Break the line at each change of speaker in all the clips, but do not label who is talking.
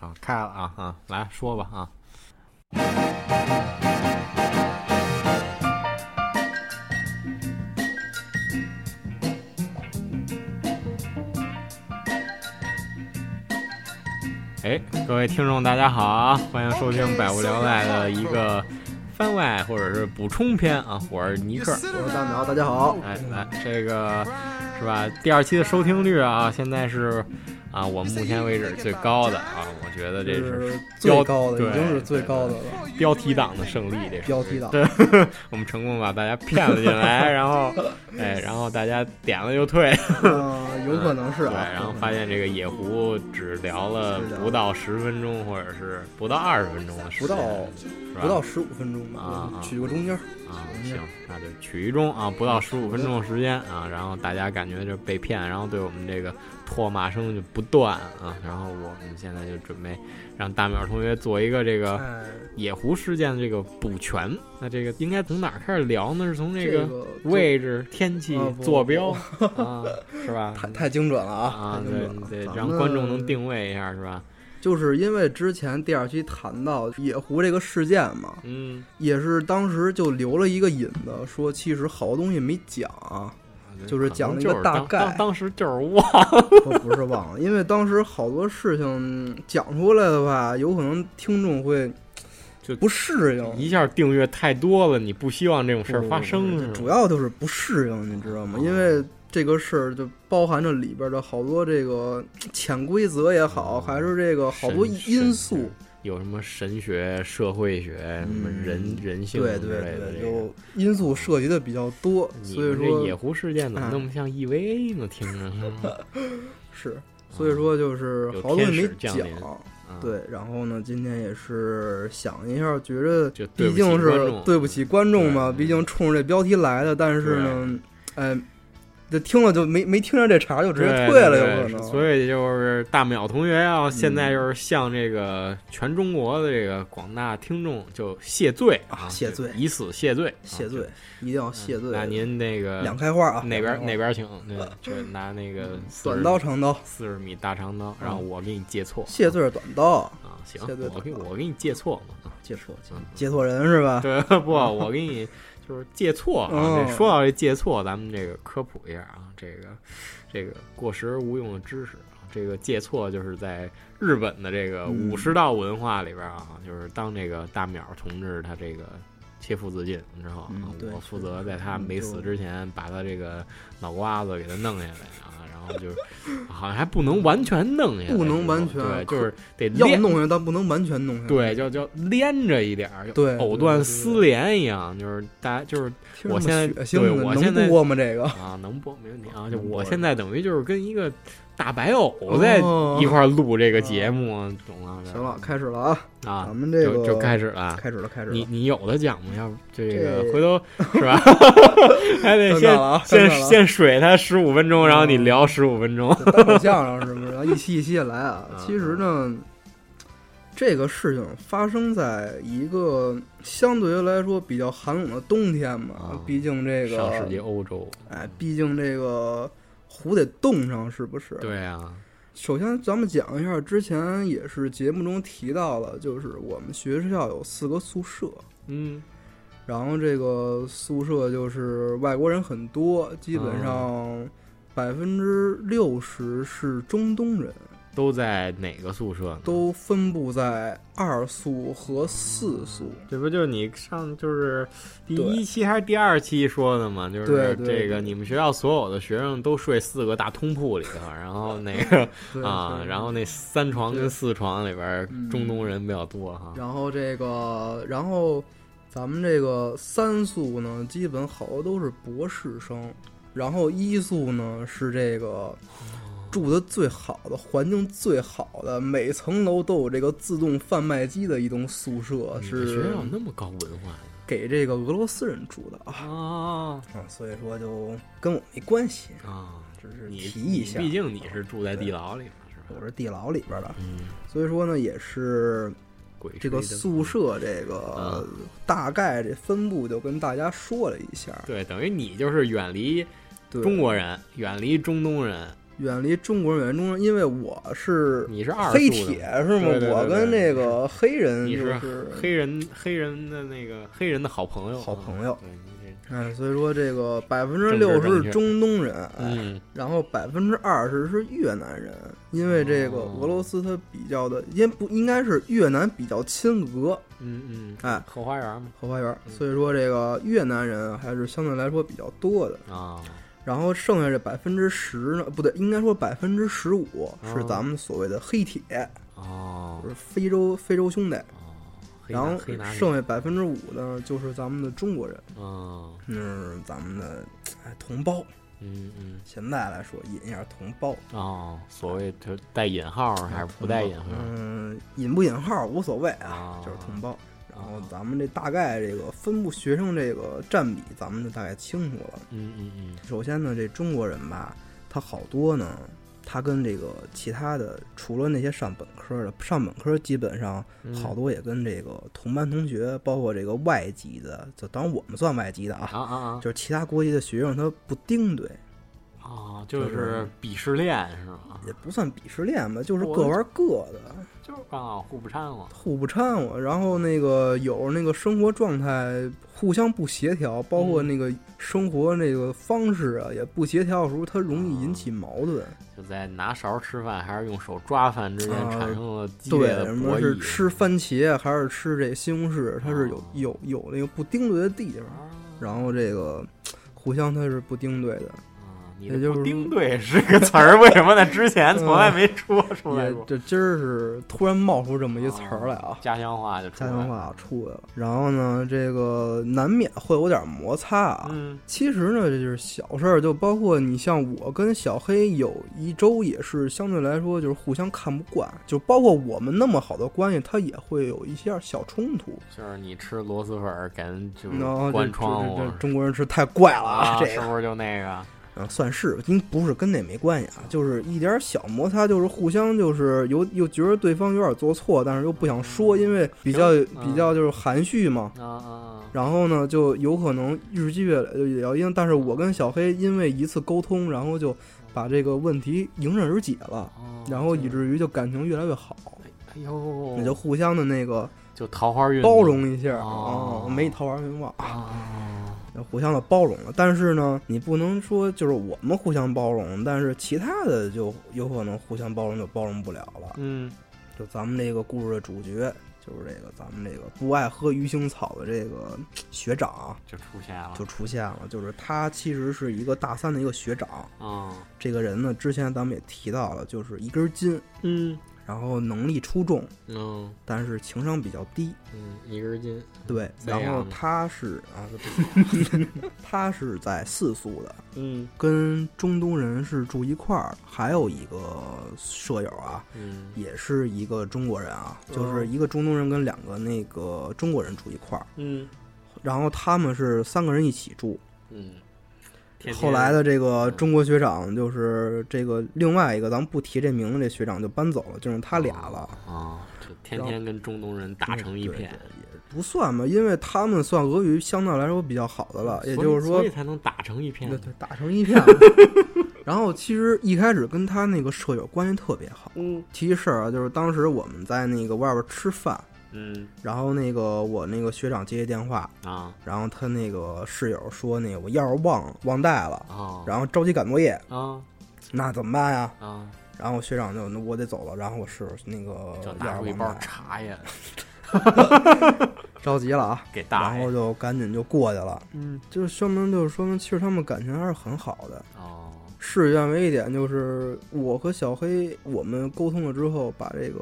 啊，开了啊啊，来说吧啊。哎，各位听众，大家好啊！欢迎收听百无聊赖的一个番外或者是补充篇啊，我是尼克。
我是大苗，大家好。
哎，来这个是吧？第二期的收听率啊，现在是啊，我目前为止最高的啊，我觉得这
这
是
是最高的，
对
已经是最高的 了。
标题党的胜利，这是
标题党
对， 我们成功把大家骗了进 来，然后哎，然后大家点了就退，
嗯，有可能是
对，
啊。
然后发现这个野狐只聊了不到十分钟，或者是不到二十分钟的时
不
间，
到
是吧
不到十五分钟
啊
吧
啊，
取个中间儿。
啊，行，那就取一中啊，不到十五分钟的时间啊，然后大家感觉就被骗，然后对我们这个唾骂声就不断啊，然后我们现在就准备让大淼同学做一个这个
哎，
野狐事件的这个补全，那这个应该从哪儿开始聊呢？是从这
这
个
个
位置、天气
啊、不
坐标啊，是吧？
太太精准了啊，
啊
太，精
对
准了。
对，
咱
让
们
观众能。定位一下，是吧？
就是因为之前第二期谈到野狐这个事件嘛，
嗯，
也是当时就留了一个引子，说其实好多东西没 讲啊，就是
嗯可能
讲了一
就
个
是
大
当
概
当当时 就是忘
我不是忘了，因为当时好多事情讲出来的话，有可能听众会
就
不适应，
一下订阅太多了，你不希望这种事儿发生，是吗哦
主要就是不适应，你知道吗？因为这个事儿就包含着里边的好多这个潜规则也好，
哦
还是这个好多
神神
因素嗯
学，有什么神学、社会学、什么人人性
对
之
对
类的
对，
这个。哦
就因素涉及的比较多，
你
所以
们这野
说
狐事件怎么
啊
那么像 EVA 呢？听着，
是， 所以说就是
哦有
好多东西
天使
没
降
讲。
临啊，
对，然后呢，今天也是想一下，觉得
就对不
毕
起
竟
观
是
众
对不起观众嘛，
对
毕竟冲着这标题来的，但是呢，哎，这听了就没没听着这茬儿就直接
对
退了，
对
有可
对
能。嗯
所以就是大淼同学啊，现在就是向这个全中国的这个广大听众就谢罪
啊谢罪
就以死谢罪，啊
谢罪，，一定要
就
谢罪。
那您那个
两开花啊，
哪边哪
边
边请？对，就拿那个
短刀长刀，
四十米大长刀，然后我给你借错。
谢罪是短刀，
啊，行，
谢罪
我给
短刀
我给你借错嘛。
接错接
嗯
接错人 是吧？
对，不，我给你就是借错啊。
哦
这说到这借错，咱们这个科普一下啊，这个这个过时无用的知识啊，这个借错就是在日本的这个
嗯
武士道文化里边啊，就是当这个大淼同志他这个。切腹自尽之后啊，
嗯对
我负
是
责在他
嗯
没
就
死之前把他这个脑瓜子给他弄下来啊，然后就是好像还不能完全弄下来，
不能
是吧
完全
对，就
可
是得
要
练
弄下来，但不能完全弄下来。
对，就就连着一点儿，就
对
藕
对
断
对
丝连一样，就是大家 就是
听着
我
这
现
么
在
血
对
腥的
我现在
能播吗？这个
啊，能播没问题啊。就
能
我
播
现在等于就是跟一个大白藕在一块儿录这个节目，懂了？
哦啊行了，开始了啊，
啊
咱，们这
就
个
就开始了。
开始了，开始了。
啊你你有的讲吗？要不这个
这
回 头是吧？还得
尴
先
尬了啊，尴
先
尬了啊嗯
先水他十五分钟，然后你聊十五分钟。
单口相声是不是？然后一期一期的来啊
嗯。
其实呢，这个事情发生在一个相对于来说比较寒冷的冬天嘛
嗯，
毕竟这个
上世纪欧洲，
哎，毕竟这个湖得冻上，是不是？。
对啊，
首先，咱们讲一下，之前也是节目中提到了，就是我们学校有四个宿舍，
嗯，
然后这个宿舍就是外国人很多，基本
啊
上百分之六十是中东人，
都在哪个宿舍呢？
都分布在二宿和四宿。
这不就是你上就是第一期还是第二期说的嘛？就是
对对
这个，
对
你们学校所有的学生都睡四个大通铺里头，然后那个
对
啊，
对
然后那三床跟四床里边儿
嗯
中东人比较多哈。
然后这个，然后咱们这个三宿呢，基本好多都是博士生，然后一宿呢是这
哦
个住的最好的，环境最好的，每层楼都有这个自动贩卖机的一栋宿舍，
你们嗯学
是
校有那么高文化呀
给这个俄罗斯人住的啊，
啊
啊，所以说就跟我没关系，
啊！
只是
你
提一下，
你毕竟你是住在地牢里嘛，是吧？
我是地牢里边的，
嗯，
所以说呢也是
鬼
这
吹灯
个
嗯
宿舍这个大概这分布就跟大家说了一下，
对，等于你就是远离
对
中国人，远离中东人，
远离中国人，远离中国人，因为我是
你是二
黑
数的
铁是吗
对对？对
我跟
对
那个黑人
你
就是是
黑人黑人的那个黑人的好朋友，
好朋
友。
友。
对你这
嗯，所以说这个百分
政
之
治
六
正
十
确
是中东人，哎
嗯，
然后百分之二十是越南人，因为这个
哦
俄罗斯它比较的，因为不应该是越南比较亲俄，
嗯嗯，
哎，
后花园嘛
后花园，
嗯
所以说这个越南人还是相对来说比较多的。
啊，
然后剩下这百分之十呢，不对，应该说百分之十五是
哦
咱们所谓的黑铁，
哦
就，是非洲非洲兄弟。
哦黑
然
拿
后
黑拿
剩下百分之五呢，就是咱们的中国人，
嗯
那是咱们的哎同胞。
嗯嗯
现在来说引一下同胞，
哦，所谓就带引号还是不带引号？
嗯，引不引号无所谓啊
啊，
就是同胞。然后咱们这大概这个分布学生这个占比，咱们就大概清楚了。
嗯嗯嗯，
首先呢，这中国人吧，他好多呢，他跟这个其他的，除了那些上本科的，上本科基本上
嗯
好多也跟这个同班同学，包括这个外籍的，就当然我们算外籍的啊，
啊啊啊！
就是其他国籍的学生，他不盯对，
哦，就是鄙视链是吗？
也不算鄙视链吧，就是
我
各玩各的。
就是啊，互不掺和。
互不掺和，然后那个有那个生活状态互相不协调，包括
嗯
那个生活那个方式啊也不协调的时候，它容易引起
啊
矛盾。
就在拿勺吃饭还是用手抓饭之间
啊
产生了激
对
烈，的
什
啊博
么是
弈。
吃番茄啊还是吃这西红柿，它是有
哦
有有那个不丁对的地方，
啊，
然后这个互相它是不丁对的，
啊你的
也就是嗯
不丁对是个词儿，为什么在之前从来没说出来
也
过？嗯
这今儿是突然冒出这么一词儿来啊。
家乡话就出
家
来了
乡话出来了，然后呢，这个难免会有点摩擦啊。
嗯
其实呢，这就是小事儿，就包括你像我跟小黑有一周也是相对来说就是互相看不惯，就包括我们那么好的关系，他也会有一些小冲突。
就是你吃螺蛳粉儿，给人就
然
是
后哦这
关
这
窗
这
户
这中国人是太怪了
啊，
这
是
个
不是就那个？
嗯算是，因不是跟那没关系啊，就是一点小摩擦，就是互相就是有又觉得对方有点做错，但是又不想说，因为比较
嗯行嗯
比较就是含蓄嘛。
啊啊
然后呢，就有可能日积月累就也要因，但是我跟小黑因为一次沟通，然后就把这个问题迎刃而解了
啊，！哦
然后以
这个
至于就感情越来越好，
哎呦，
那就互相的那个
就桃花运
包容一下
哦
啊，没桃花运旺，
啊，
就互相的包容了。但是呢，你不能说就是我们互相包容，但是其他的就有可能互相包容就包容不了了。
嗯
就咱们这个故事的主角，就是这个咱们这个不爱喝鱼腥草的这个学长。
就出现了，
就出现了，就是他其实是一个大三的一个学长。
嗯
这个人呢，之前咱们也提到了，就是一根筋，
嗯
然后能力出众，
嗯
但是情商比较低。
嗯，一根筋，
对，
这样
然后
吗
他是啊，这不 他是在四宿的，
嗯
跟中东人是住一块儿。还有一个舍友啊，
嗯
也是一个中国人啊，就是
嗯
一个中东人跟两个那个中国人住一块儿，
嗯
然后他们是三个人一起住。
嗯，天天
后来的这个
嗯
中国学长，就是这个另外一个，咱们不提这名字，这学长就搬走了，就是他俩了，
啊，就天天跟中东人打成一片
嗯，对对也不算吧，因为他们算俄语相对来说比较好的了，也就是说
所以，才能打成一片
对。对，打成一片了。 然后其实一开始跟他那个舍友关系特别好，
嗯
提一事儿啊，就是当时我们在那个外边吃饭，
嗯
然后那个我那个学长接一电话，
啊
然后他那个室友说那个我钥匙忘了忘带了，
啊
然后着急赶作业，
啊
那怎么办呀？
啊！
然后学长就那我得走了，然后我室友那个
就
钥
拿
匙
出一
忘
包
带
茶叶
着急了啊，
给大
然
爷
后，就赶紧就过去了，
嗯
就说明就是说明其实他们感情还是很好的。
哦
事与愿违一点就是我和小黑我们沟通了之后，把这 个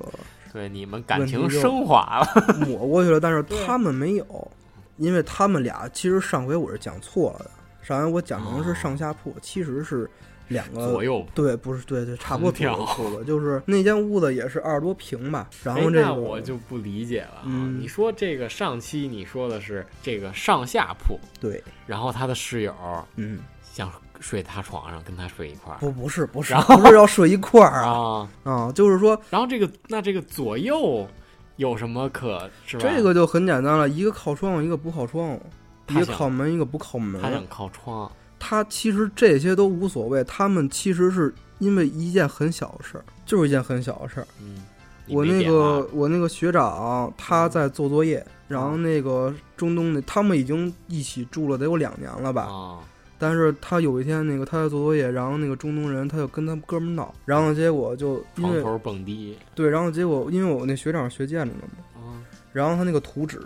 对，你们感
问题
情
就
升华了。
抹过去了，但是
对
他们没有，因为他们俩其实上回我是讲错了的，上回我讲成是上下铺，其实是两个
哦左右。
对，不是对对，差不多
横跳
左右吧，就是那间屋子也是二十多平吧，然
哎
后，这
那
个
我就不理解了啊。
嗯
你说这个上期你说的是这个上下铺，
对，
然后他的室友
嗯。
想睡他床上，跟他睡一块儿
不，不是，不是
然，
不是要睡一块儿啊
啊。
啊！就是说，
然后这个那这个左右有什么可是吧？
这个就很简单了，一个靠窗户，一个不靠窗户，一
他
个
想
靠门，一个不靠门
他。想靠窗，
他其实这些都无所谓，他们其实是因为一件很小的事儿，就是一件很小的事儿。
嗯，你
我
没
那
点嗯
个
啊
我那个学长他在做作业，然后那个中东那他们已经一起住了得有两年了吧，
哦
但是他有一天那个他在做作业，然后那个中东人他就跟他们哥们儿闹，然后结果就因
床
为
头蹦迪，
对，然后结果因为我那学长是学建筑的嘛，
哦
然后他那个图纸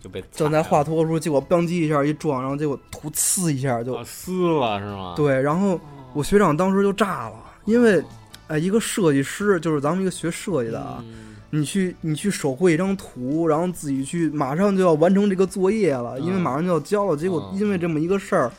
就被
啊正 在画
踩
图的时候，结果邦叽一下一撞，然后结果图呲一下
了
就
哦撕了是吗？
对，然后
哦，
我学长当时就炸了，因为
哦
哎，一个设计师就是咱们一个学设计的啊，
嗯
你去你去手绘一张图，然后自己去马上就要完成这个作业了，因为
嗯
马上就要交了。结果
嗯
因为这么一个事儿，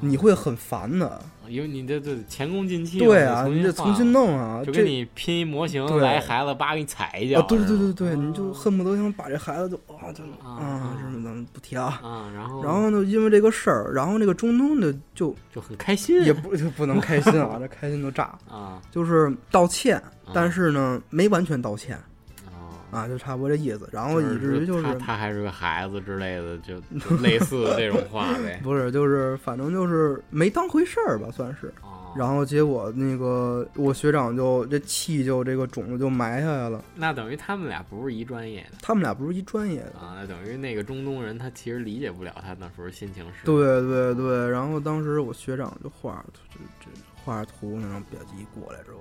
你会很烦的。
因为你这这前功尽弃嘛，
对啊，你
你
得
得
重
重
新
新画
弄啊，
就
这
跟你拼一模型
对
来孩子叭给你踩一脚，
啊，对对
是
对
吗
对对，你就恨不得想把这孩子就啊就
啊
啊，什么的不提啊。
啊，然后
然后呢，因为这个事儿，然后那个中东的 就
就很开心，
也不就不能开心啊，这开心就炸，
啊
就是道歉，但
嗯
是呢没完全道歉
啊，
啊，就差不多这意思。然后以至于就
他
是。
他还是个孩子之类的，就就类似这种话呗
不是，就是反正就是没当回事儿吧，算是。
哦
然后结果那个我学长就这气就这个种子就埋下来了。
那等于他们俩不是一专业的
他们俩不是一专业的，
啊，那等于那个中东人他其实理解不了他那时候心情是，
对对对。然后当时我学长就画着图这这画着图，然后别急过来之后，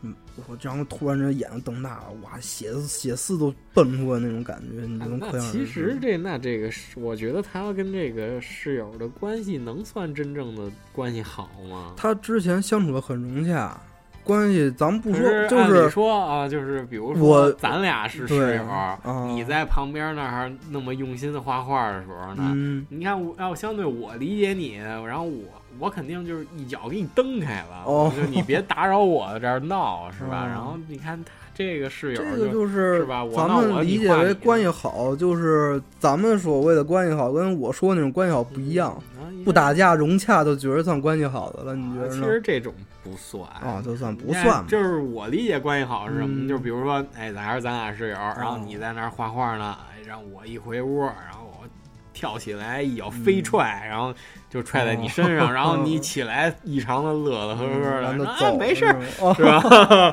嗯，我然后突然这眼睛瞪大了，哇，血血丝都蹦出来那种感觉，你
啊
就能
那
可想而
其实
知。
这那这个是，我觉得他跟这个室友的关系能算真正的关系好吗？
他之前相处的很融洽，关系咱们不
可
说，就
按理
是
说啊，就是比如
我
说咱俩是室
对
友，
啊
你在旁边那儿那么用心的画画的时候呢，
嗯，
你看我要相对我理解你，然后我我肯定就是一脚给你蹬开了，
哦
就你别打扰我这儿闹是吧？
哦
然后你看他这个室友
这
就、
个就是是
吧我
咱
闹我
们理
你
解
画
为
你
关
的
系好，就是咱们所谓的关系好，跟我说那种关系好不一样，
嗯，
不打架融洽就觉得算关系好的了，
啊
你觉得
其
呢？
实这种不算
啊，就算
你
不
看
算吧，
就是我理解关系好是什么？
嗯哦
就比如说，哎，还是咱俩室友，然后你在那儿画画呢，哎然后我一回屋，然后我跳起来一脚飞踹，然后就踹在你身
哦
上， 然后你起来异常的乐乐呵呵的，
然后
说
就
哎
嗯哦走，
没事儿，
儿，哦
是吧？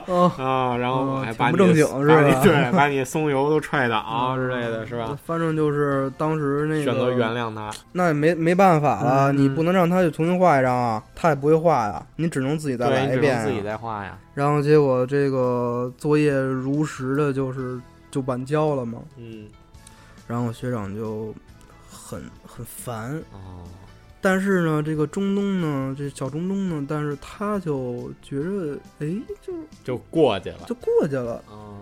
哦，
啊，然后我还
嗯
把你
挺不正经是
把
吧
你对， 把你松油都踹倒啊之类的，是吧？？
反正就是当时那个
选择原谅他，
那也没没办法了，
嗯
你不能让他去重新画一张啊，他也不会画呀，你只能自己再
对，
来
你
一
只
遍
能自己
啊。
再画呀。
然后结果这个作业如实的就是就晚交了嘛，
嗯，
然后我学长就很很烦，
哦，
但是呢，这个中东呢，这小中东呢，但是他就觉着，哎，就
就过去了。
就过去了。
哦，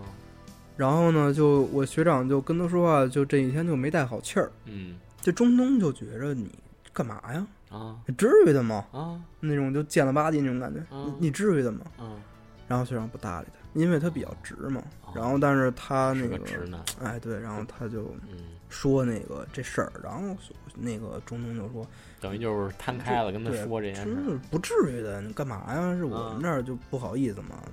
然后呢，就我学长就跟他说话，就这几天就没带好气儿。
嗯，
这中东就觉着你干嘛呀？
啊
你至于的吗？
啊
那种就贱了吧唧那种感觉，
嗯
你你至于的吗？
啊，
然后学长不搭理他，因为他比较直嘛
哦。
然后但是他那
是
个
个，直男。
哎对，然后他就
嗯。
说那个这事儿，然后那个中东就说，
等于就是摊开了跟他
对
说这件
真
事。
是不至于的，你干嘛呀？是我
嗯
们这儿就不好意思嘛，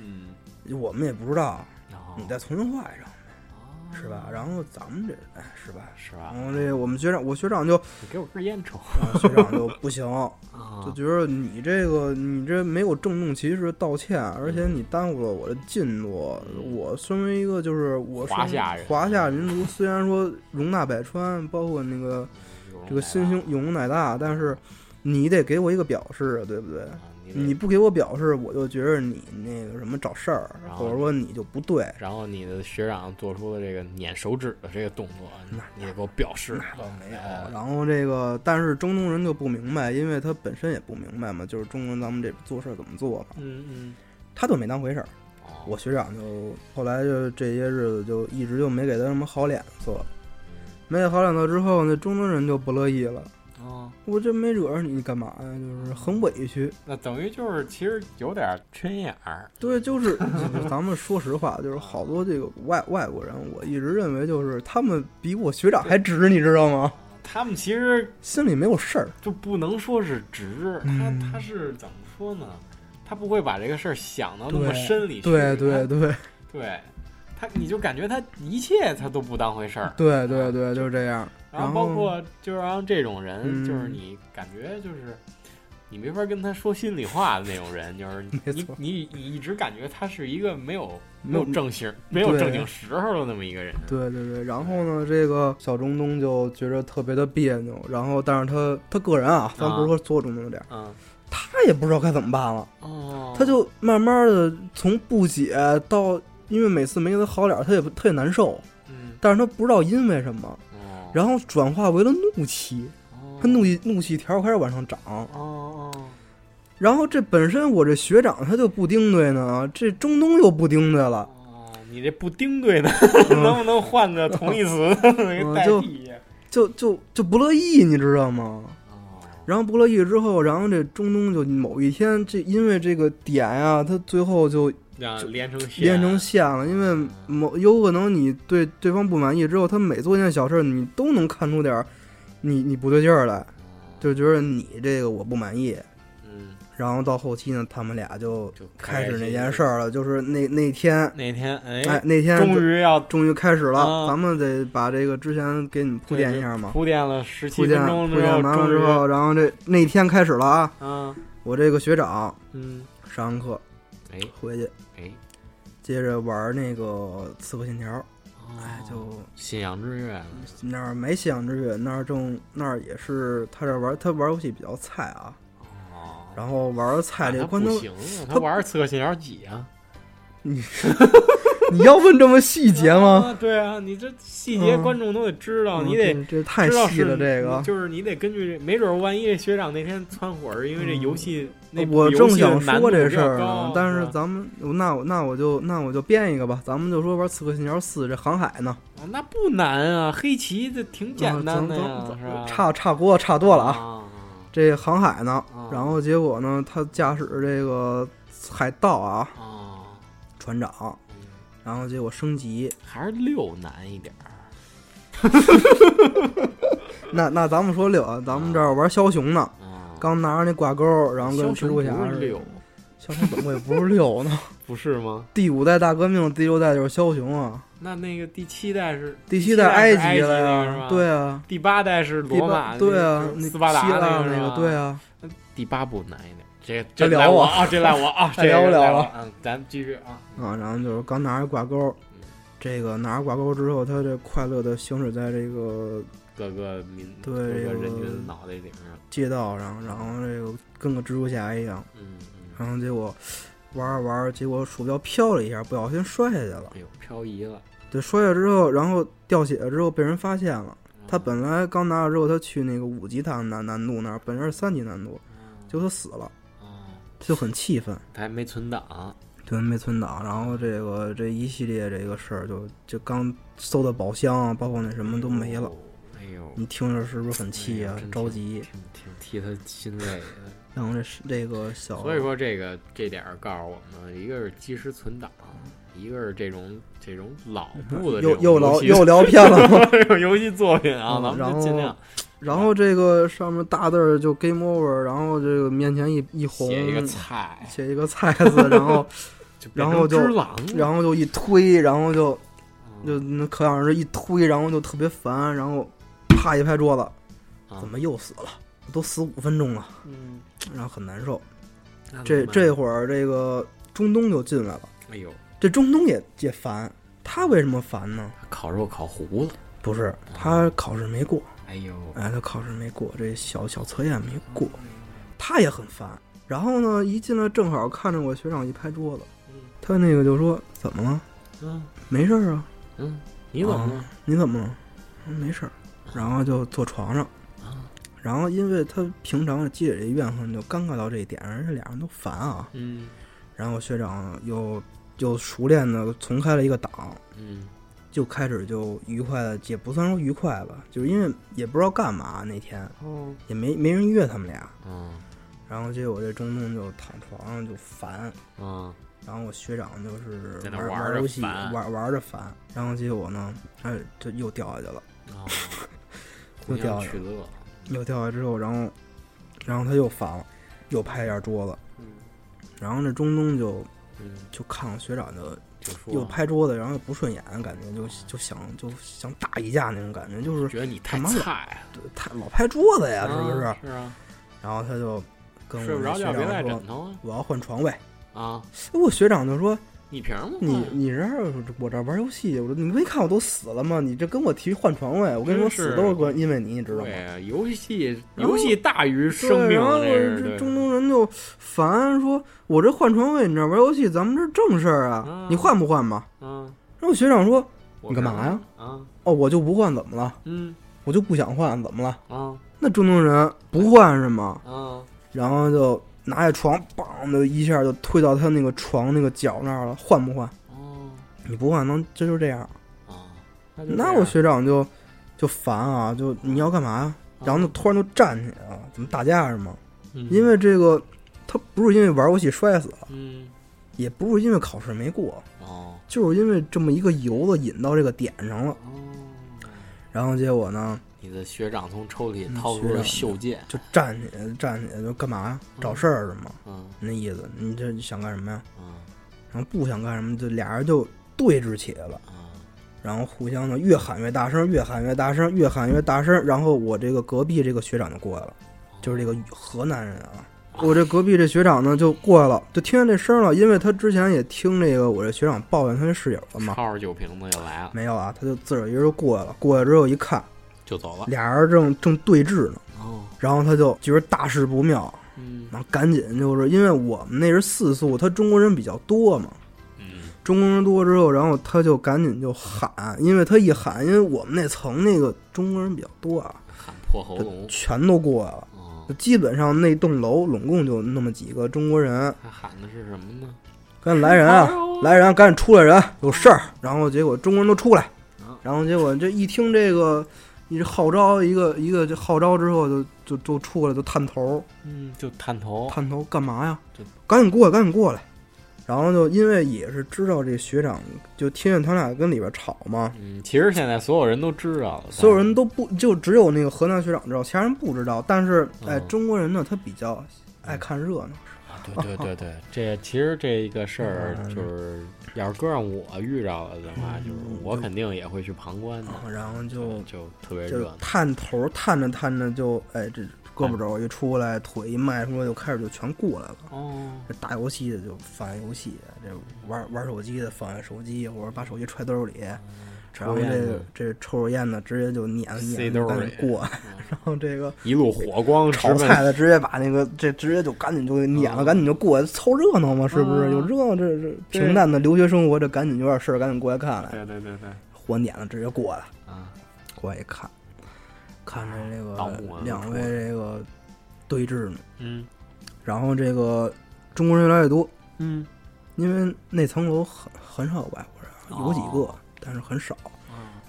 嗯，
就我们也不知道，
然后
你再重新画一张
哦
是吧？然后咱们这哎是吧？
是吧
然？后这个我们学长，我学长就
你给我根烟抽
啊学长就不行，
啊
就觉得你这个你这没有郑重其事道歉，而且你耽误了我的进度。
嗯
我身为一个就是我身为
华夏人
华夏民族虽然说容纳百川，包括那个这个心胸有容乃大，但是你得给我一个表示，对不对？
啊，你
你
得
不给我表示，我就觉着你那个什么找事儿
然，后
或者说你就不对。
然后你的学长做出了这个捻手指的这个动作，你你得给我表示。
那倒没有
哎。
然后这个，但是中东人就不明白，因为他本身也不明白嘛，就是中国人咱们这做事儿怎么做嘛，
嗯嗯，
他就没当回事儿。
哦
我学长就后来就这些日子就一直就没给他什么好脸色，
嗯
没给好脸色之后，那中东人就不乐意了。
哦，
我这没惹着你，你干嘛呀？就是很委屈。
那等于就是其实有点缺心眼儿。
对，就是就是咱们说实话，就是好多这个外外国人，我一直认为就是他们比我学长还直，你知道吗？
他们其实
心里没有事儿。
就不能说是直，他
嗯
他是怎么说呢？他不会把这个事儿想到那么
对
深里去。
对
他
对对
对，他你就感觉他一切他都不当回事儿，
对对对，
嗯
就是这样。
然后
然
包
后
括就是让这种人，
嗯
就是你感觉就是你没法跟他说心里话的那种人， 就是
没
你
错
你你一直感觉他是一个没有没
没有
有正形、没有
对
正经时候的那么一个人。
对对对，然后呢，这个小中东就觉着特别的别扭，然后但是他他个人啊，咱不是说所有中东都这样，
嗯，
他也不知道该怎么办了，
哦，
他就慢慢的从不解到，因为每次没给他好脸儿，他也不他也难受，
嗯，
但是他不知道因为什么，
哦，
然后转化为了怒气，
后
他怒气怒气条开始往上涨，
哦哦，
然后这本身我这学长他就不丁对呢，这中东又不丁对了，
哦，你这不丁对的，能不能换个同义词给代
就
替一下？
就就就不乐意，你知道吗？
哦，
然后不乐意之后，然后这中东就某一天，这因为这个点呀、他最后就
让连哦成线
连成线了。因为某有可能你对对方不满意之后，他每做一件小事，你都能看出点儿你你不对劲儿来，就觉得你这个我不满意。
嗯，
然后到后期呢，他们俩就
就
开始那件事。儿了，就是那那天，
那天哎，
哎，那天
终
就
于要
终于开始了，
啊
咱们得把这个之前给你们铺垫一下嘛。
铺垫了十
铺
七
垫
分钟
铺
之后，
垫完了
终
之
于
后，然后这那天开始了啊！
啊，
我这个学长
嗯，
上完课
哎
回去
哎，
接着玩那个《刺客信条》，
哦
哎，就
信仰之月了，
那儿没信仰之月，那儿正那儿也是他这玩他玩游戏比较菜啊，
哦，
然后玩儿菜这
他
关
不
头，
行啊，
他
他玩儿刺客信条几啊？
你要问这么细节吗？
啊？对啊，你这细节
嗯
观众都得知道，
嗯
你得
这这太
知道
细
是
了，这个
就是你得根据这，没准儿万一这学长那天窜火是因为这
嗯
游戏，那
我
游
正
戏的
想
难度
说这
比
事
较
儿
高
呢，但
是
是
吧
咱们那我那我就那我就编一个吧，咱们就说玩《刺客信条四》这航海呢，
啊那不难啊，黑棋这挺简单的
啊
呀
咱，咱
是吧？
差差锅差多了啊。
啊，
这航海呢
啊，
然后结果呢，他驾驶这个海盗啊，
啊，
船长，
嗯
然后结果升级。
还是六难一点儿。
那那咱们说六啊，咱们这儿玩枭雄呢，
啊，
刚拿着那挂钩，然后跟
枭
蜘
雄
蛛
不
侠
是
似的
六，，
枭雄怎么也不是六呢？
不是吗？
第五代大革命，第六代就是枭雄啊，
那那个第七代是
第
七
代
埃
埃及
了
了呀，，
是吧
对啊，
第八代是
第
罗马
八
那个，
对啊，
就是
那
斯巴达
希腊
个是
那
吧，
对啊，
第八部难一点。这
该
这
聊
赖我
我
啊，这赖我啊，
该
这
聊
个
聊
赖我
了
嗯，咱们继续啊。
啊，然后就是刚拿着挂钩，
嗯
这个拿着挂钩之后，他这快乐的行驶在这个
各个民
对
各
这
个
个
人群的脑袋顶上，
街道上，然后这个跟个蜘蛛侠一样，
嗯嗯，
然后结果玩着玩着，结果鼠标飘了一下，不小心摔下去了。
哎呦，漂移了。
对，摔下之后，然后掉血了之后被人发现了。他
嗯
本来刚拿了之后，他去那个五级他难难度那儿，本身是三级难度，结果他死了，
嗯
他就很气愤，
他还没存档，
对，没存档。然后这个这一系列这个事儿，就就刚搜的宝箱啊，包括那什么都没了。。
哎呦，
你听着是不是很
哎
气
呀
啊
真，
着急？
挺挺替他欣慰的。
然后这是这个小，
所以说这个这点儿告诉我们，一个是及时存档，一个是这种这种老部的这
嗯又
种游
又聊
戏
又聊偏 了吗？
这种游戏作品啊，
嗯
咱们
然
就
后
尽量
然后这个上面大字儿就 game over，然后这个面前一一红，
写一个菜，
写一个菜字，然后
就变
然
成
后就
只狼了，
然后就一推，然后就就
嗯
那可想而知一推，然后就特别烦，然后啪一拍桌子，
啊
怎么又死了？都死五分钟了，
嗯，
然后很难受。
那
这
怎么办
这会儿这个中东就进来了，
哎呦，
这中东也也烦，他为什么烦呢？
烤肉烤糊了，
不是他考试没过，
哎呦，
哎，他考试没过，这小小测验没过，他也很烦。然后呢，一进来正好看着我学长一拍桌子，他那个就说怎么了？
嗯
没事儿啊，
嗯，你怎么了？
你怎么了？嗯没事儿。然后就坐床上，
啊，
然后因为他平常积累这怨恨，就尴尬到这一点，人家俩人都烦啊。
嗯
然后学长又又熟练的重开了一个档，
嗯
就开始就愉快的，也不算说愉快吧，就是因为也不知道干嘛那天
哦
也没没人约他们俩。
嗯
然后结果这中东就躺床上就烦，
嗯
然后我学长就是
在那
玩
玩
玩
着
游戏
烦
玩玩着烦，然后结果呢，哎，就又掉下去了，
啊， 互
又掉
相
下
取
去了，
乐，
又掉下去之后，然后然后他又烦了，又拍一下桌子，
嗯
然后这中东就
嗯，
就看我学长就
就说
又拍桌子，然后又不顺眼，感觉就就想就想打一架那种感觉，就是
觉得你太
他妈的
菜了，啊
太老拍桌子呀，是不是？
啊是啊，啊
然后他就跟
睡
我
不
们
着
学
觉别赖
长说
枕头啊
我要换床位。哎
啊！
我学长 就说
你凭什么换
你你这儿我这儿玩游戏，我说你没看我都死了吗？你这跟我提换床位，我跟你说
真是
死都是关因为你，你知道吗
对？啊，游戏
然后
游戏大于生
对，
命啊
然，后
这是
这
对
中东人就烦说：“我这换床位，你这玩游戏，咱们这是正事儿啊
嗯，
你换不换吧
嗯，？”
然后学长说
我
你干嘛
凭
呀
什么？啊，：“
哦，我就不换，怎么了？
嗯，
我就不想换，怎么了
啊？”
那中东人不换是吗？
啊，
然后就拿下床，梆的一下就推到他那个床那个角那儿了，换不换？
哦，
你不换，能这就这样。
啊，那就这
那
样
我学长就就烦啊，就你要干嘛呀？然后就突然就站起来了，怎么打架是吗？
啊嗯
因为这个他不是因为玩游戏摔死了。
嗯，
也不是因为考试没过，
哦，
就是因为这么一个由子引到这个点上了。
哦，
然后结果呢，
你的学长从抽屉
嗯
掏出
学
了
长
袖剑，
就站起来，站起来就干嘛呀？找事儿是吗？
嗯
那意思，你这想干什么呀？
嗯
然后不想干什么，就俩人就对峙起来了。
嗯，
然后互相的越喊越大声，越喊越大声，越喊越大声。然后我这个隔壁这个学长就过来了，就是这个河南人啊。我这隔壁这学长呢就过来了，就听见这声了，因为他之前也听这个我这学长抱怨他这室友了嘛。
掏着酒瓶子就来了，
没有啊，他就自个儿一人就过来了。过来之后一看，
就走了。
俩人正正对峙呢，
哦，
然后他就觉得大事不妙，
嗯
然后赶紧就是因为我们那是四宿，他中国人比较多嘛，
嗯
中国人多之后，然后他就赶紧就喊，因为他一喊，因为我们那层那个中国人比较多啊，
喊破喉咙，
全都过来了。
哦，
就基本上那栋楼拢共就那么几个中国人，
他喊的是什么呢？
赶紧来人啊
哎，呦
来人啊，赶紧出来人，有事儿。然后结果中国人都出来
嗯，
然后结果这一听这个，你这号召一个一个这号召之后就，就就出来就探头，
嗯，就探头，
探头干嘛呀
对？
赶紧过来，赶紧过来。然后就因为也是知道这学长，就听见他俩跟里边吵嘛，
嗯，其实现在所有人都知道了，
所有人都不就只有那个河南学长知道，其他人不知道。但是
嗯
哎，中国人呢，他比较爱看热闹，
对对对对， 这其实这个事儿
嗯
就是，要是搁上我遇着了的话，就是我肯定也会去旁观的，
然后就
就特别
嗯就
嗯热闹。
探头探着探着就哎这胳膊
嗯
肘一出来，腿一迈出来就开始就全过来了。
哦，
这打游戏的就翻游戏，这玩玩手机的翻手机，或者把手机揣兜里，然后
嗯抽烟
这
的
这抽着烟的直接就撵了
塞
撵
兜里嗯
着赶紧过， 然后这个
一路火光直
炒菜
奔，
的直接把那个这直接就赶紧就给撵
嗯
了，赶紧就过来凑热闹嘛，是不
嗯
是？有热闹这这
对
平淡的留学生活，这赶紧有点事儿赶紧过来看来，
对对对对，
火撵了直接过来。
啊，
过来一看，看着这
盗墓
个
啊
两位这个对峙呢，
嗯
然后这个中国人越来越多，
嗯，
因为那层楼很很少有外国人啊，有几
哦
个，但是很少。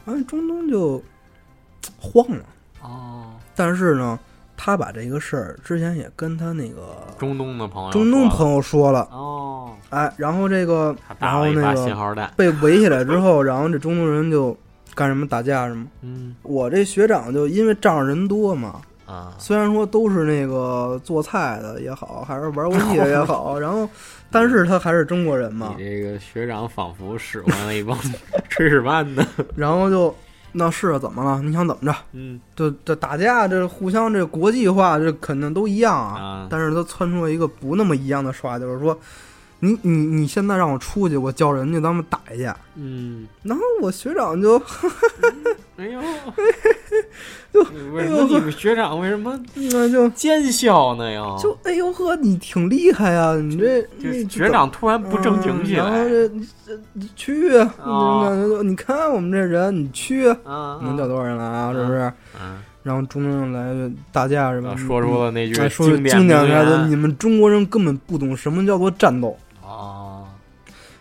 完了，中东就慌了，
哦，
但是呢，他把这个事儿之前也跟他那个
中东的朋友，
中东朋友说了，
哦，
哎，然后这个
他，
然
打
后
了一
那
发信
个
号弹，
被围起来之后，然后这中东人就干什么打架什么。
嗯
我这学长就因为仗着人多嘛，
啊，
虽然说都是那个做菜的也好，还是玩游戏的也好，然后，但是他还是中国人
你
嘛，
这个学长仿佛使唤了一 帮炊事班的，
然后就那是啊，怎么了？你想怎么着？
嗯
这这打架，这互相这国际化，这肯定都一样啊。
啊，
但是他窜出了一个不那么一样的说法，就是说，你你你现在让我出去，我叫人去，咱们打一架。
嗯。
然后我学长就
哎 呦，为什么你们学长为什么
那就
奸笑呢？又
就哎呦呵，你挺厉害呀、你这
就
你
学长突然不正经起
嗯然后
来，
这你这你去啊，你
哦
就感觉就你看我们这人，你去啊，
啊，
能叫多少人来啊？
嗯
是不是？
嗯，
然后中东人来大架是吧
要？说出了那句
哎说
经典
经典
名
台词，你
言
们中国人根本不懂什么叫做战斗。
哦，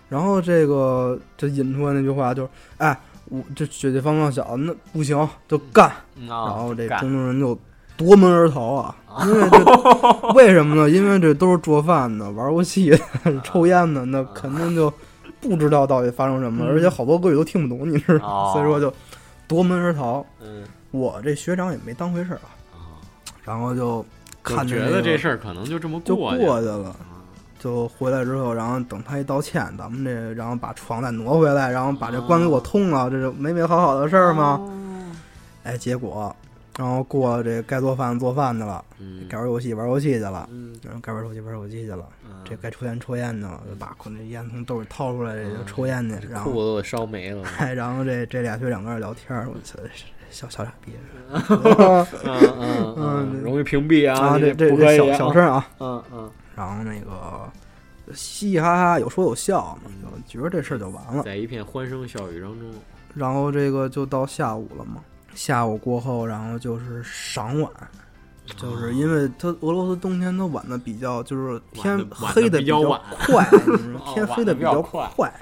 然后这个这引出来那句话就是，哎，我这血气方刚小，那不行就干。
嗯
然后这
干
中东人就夺门而逃啊，因为这 为什么呢？因为这都是做饭的、玩游戏
啊
的、 抽烟的，那肯定就不知道到底发生什么了，
嗯
而且好多歌语都听不懂，你知道
哦
吗？所以说就夺门而逃。
嗯，
我这学长也没当回事儿啊，
哦
然后就
就
看着
觉
那
得
个
这事儿可能就这么
就
过去
去了。就回来之后，然后等他一道歉，咱们这然后把床再挪回
哦
来，然后把这关给我通了，这是美美好好的事儿吗？
吗？
哎，结果然后过了这个该做饭做饭去了，
嗯
该玩游戏玩游戏去了，
嗯，
然后该玩手机玩手机去了，
啊
这该抽烟抽烟去了，就把那烟从兜里掏出来，这就抽烟去，然
嗯裤
后
子都烧没了。
哎，然后这这俩学长搁那聊天儿，我操，小小傻逼，
嗯嗯嗯，容易屏蔽啊，
啊，
你
这这
不可
这
以
小
啊
小声啊，
嗯嗯，
然后那个嘻嘻哈哈有说有笑嘛，
嗯
就觉得这事儿就完了。
在一片欢声笑语当中，
然后这个就到下午了嘛，下午过后，然后就是晌晚，就是因为它俄罗斯冬天它晚的比较，就是天
晚得晚得
黑的
比较
较
晚
快，你知道吗
哦
天黑的
晚
较
得比较哦
快，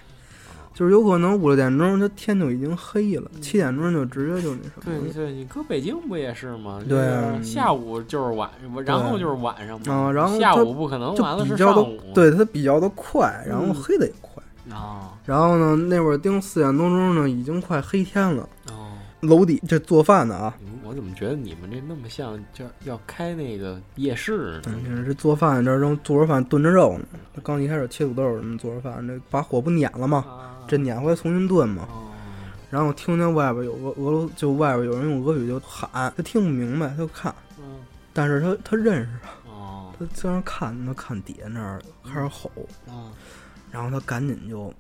就是有可能五六点钟它天就已经黑
嗯
了，七点钟就直接就那什么
对
了。
对，你搁北京不也是吗？
对
就是下午就是晚，然后就是晚上嘛。
啊然后
下
它
午不可能
就
完了
比
是
较
上
的
午。，啊
对它比较的快，然后
嗯
黑的也快。
哦
然后呢，那会儿盯四点多钟呢，已经快黑天了。
哦，
楼底这做饭的啊，
我怎么觉得你们这那么像，就是要开那个夜市呢？
嗯，这做饭这正做着饭炖着肉呢。刚一开始切土豆儿什么做着饭，这把火不撵了嘛，
啊
嗯这撵回来重新炖嘛。
哦，
然后我听见外边有俄俄罗，就外边有人用俄语就喊，他听不明白，他就看，
嗯
但是他他认识，
哦
他在那看，他看底下那儿开始吼，
哦
然后他赶紧就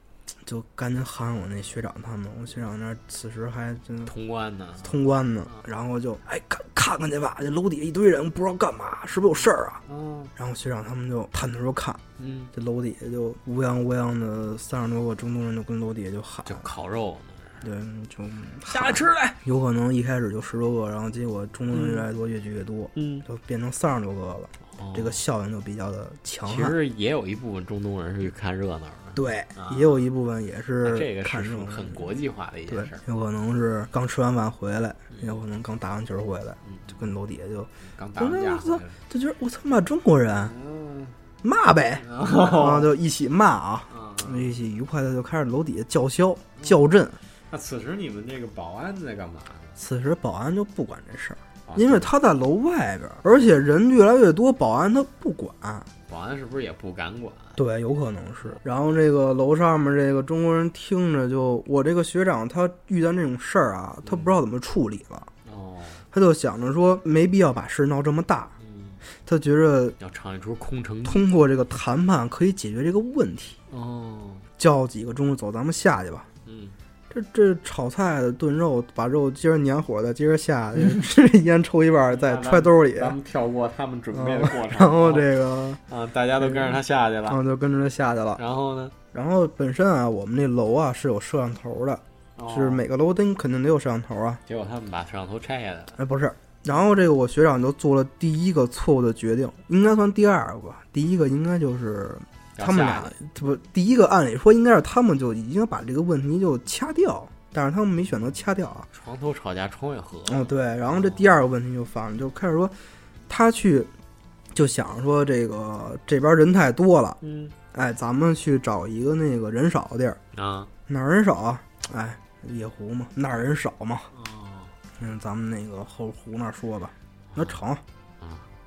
就赶紧喊我那学长他们，我学长那儿此时还真
通关呢？
通关呢，然后就哎看看看去吧，这楼底下一堆人不知道干嘛，是不是有事儿啊？
嗯
然后学长他们就探头就看。
嗯，
这楼底下就乌泱乌泱的三十多个中东人就跟楼底下就喊，
就烤肉呢，
对，就
下来吃来。
有可能一开始就十多个，然后结果中东人越来越多，越聚越多，
嗯，
就变成三十多个了，
哦
这个效应就比较的强
其
悍。
实也有一部分中东人是去看热闹的，
对
啊，
也有一部分也是
哎这个
看
是
这
属于
种
很国际化的一件
对
事儿，，
有可能是刚吃完饭回来，也有可能刚打完球回来，
嗯
就跟楼底下就
刚打完架回来。
就觉得我操骂中国人，
嗯
骂呗，然后就一起骂哦啊，
嗯
一起愉快的就开始楼底下叫嚣较真。
那此时你们这个保安在干嘛呢？
此时保安就不管这事儿，
啊
因为他在楼外边儿，而且人越来越多，保安他不管。
保安是不是也不敢管？
对，有可能是。然后这个楼上面这个中国人听着就，我这个学长他遇见这种事儿啊，他不知道怎么处理了，
哦，
他就想着说没必要把事闹这么大，
嗯，
他觉着
要唱一出空城计。
通过这个谈判可以解决这个问题，
哦，
叫几个中国走，咱们下去吧。
嗯，
这这炒菜的炖肉，把肉接着粘火的，接着下去，吃烟抽一半儿，再揣兜里，
咱们跳过他们准备的过程，
哦然后这嗯个。
啊，大家都跟着他下去
然
了。
后就跟着就下去了。
然后呢？
然后本身啊，我们那楼啊是有摄像头的，
哦
是每个楼灯肯定得有摄像头啊。
结果他们把摄像头拆下来了。
哎，不是。然后这个我学长就做了第一个错误的决定，应该算第二个吧。第一个应该就是他们
要
俩
下来，
不，第一个按理说应该是他们就已经把这个问题就掐掉，但是他们没选择掐掉啊。
床头吵架床尾和。
嗯，对。然后这第二个问题就发了，就开始说他去就想说这个这边人太多了，
嗯
哎，咱们去找一个那个人少的地儿。
啊，
哪儿人少啊？哎，野湖嘛，那儿人少嘛。
哦，
嗯，咱们那个后湖那儿说吧，那成。
嗯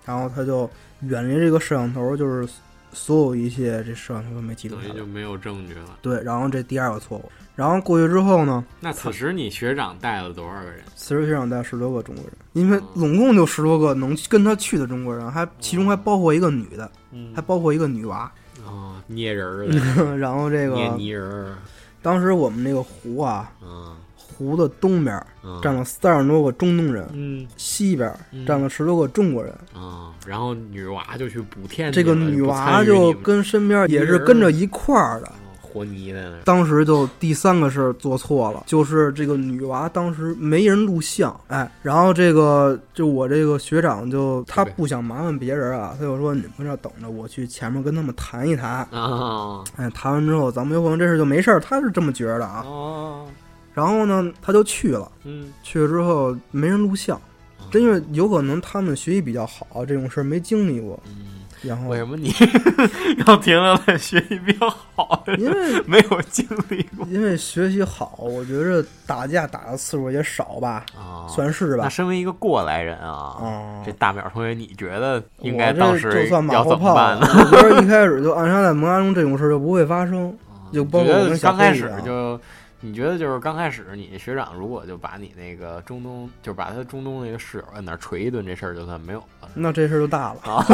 然后他就远离这个摄像头，就是所有一切这摄像头都没记录
等
下
于
来
就。没有证据了。
对，然后这第二个错误。然后过去之后呢，
那此时你学长带了多少个人？
此时学长带十多个中国人，因为
嗯
总共就十多个能跟他去的中国人，还其中还包括一个女的，
嗯
还包括一个女娃。
哦，捏人儿了，
然后这
捏
嗯个
泥人儿。
当时我们那个湖啊，
嗯
湖的东边
嗯
站了三十多个中东人，
嗯
西边站了十多个中国人。
啊，然后女娃就去补天去
这
了，
个女娃
就
就
不参与你们
跟身边也是跟着一块儿的。
哦和泥在那儿。
当时就第三个事儿做错了，就是这个女娃当时没人录像，哎，然后这个就我这个学长就他不想麻烦别人啊，他就说你们这等着，我去前面跟他们谈一谈，
啊
哎，谈完之后咱们有可能这事就没事儿，他是这么觉得啊。
哦，
然后呢，他就去了，
嗯，
去了之后没人录像，真因为有可能他们学习比较好，这种事儿没经历过，
嗯
然后
为什么你 要停留在学习比较好的人，
因为
没有经历过
因为学习好，我觉着打架打的次数也少吧，
啊
算是
那
吧。
身为一个过来人啊，
啊
这，大淼同学，你觉得应
我
该
这
当
就
时
算马
要
后
怎
炮
么
了
办呢？
我 觉得一开始就暗杀在萌芽中这种事儿就不会发生，就包
觉
括我跟
得
小
刚开
黑一
始
样。
就你觉得就是刚开始你学长如果就把你那个中东，就把他中东那个室友摁那儿锤一顿，这事儿就算没有了。
那这事儿就大了。
啊，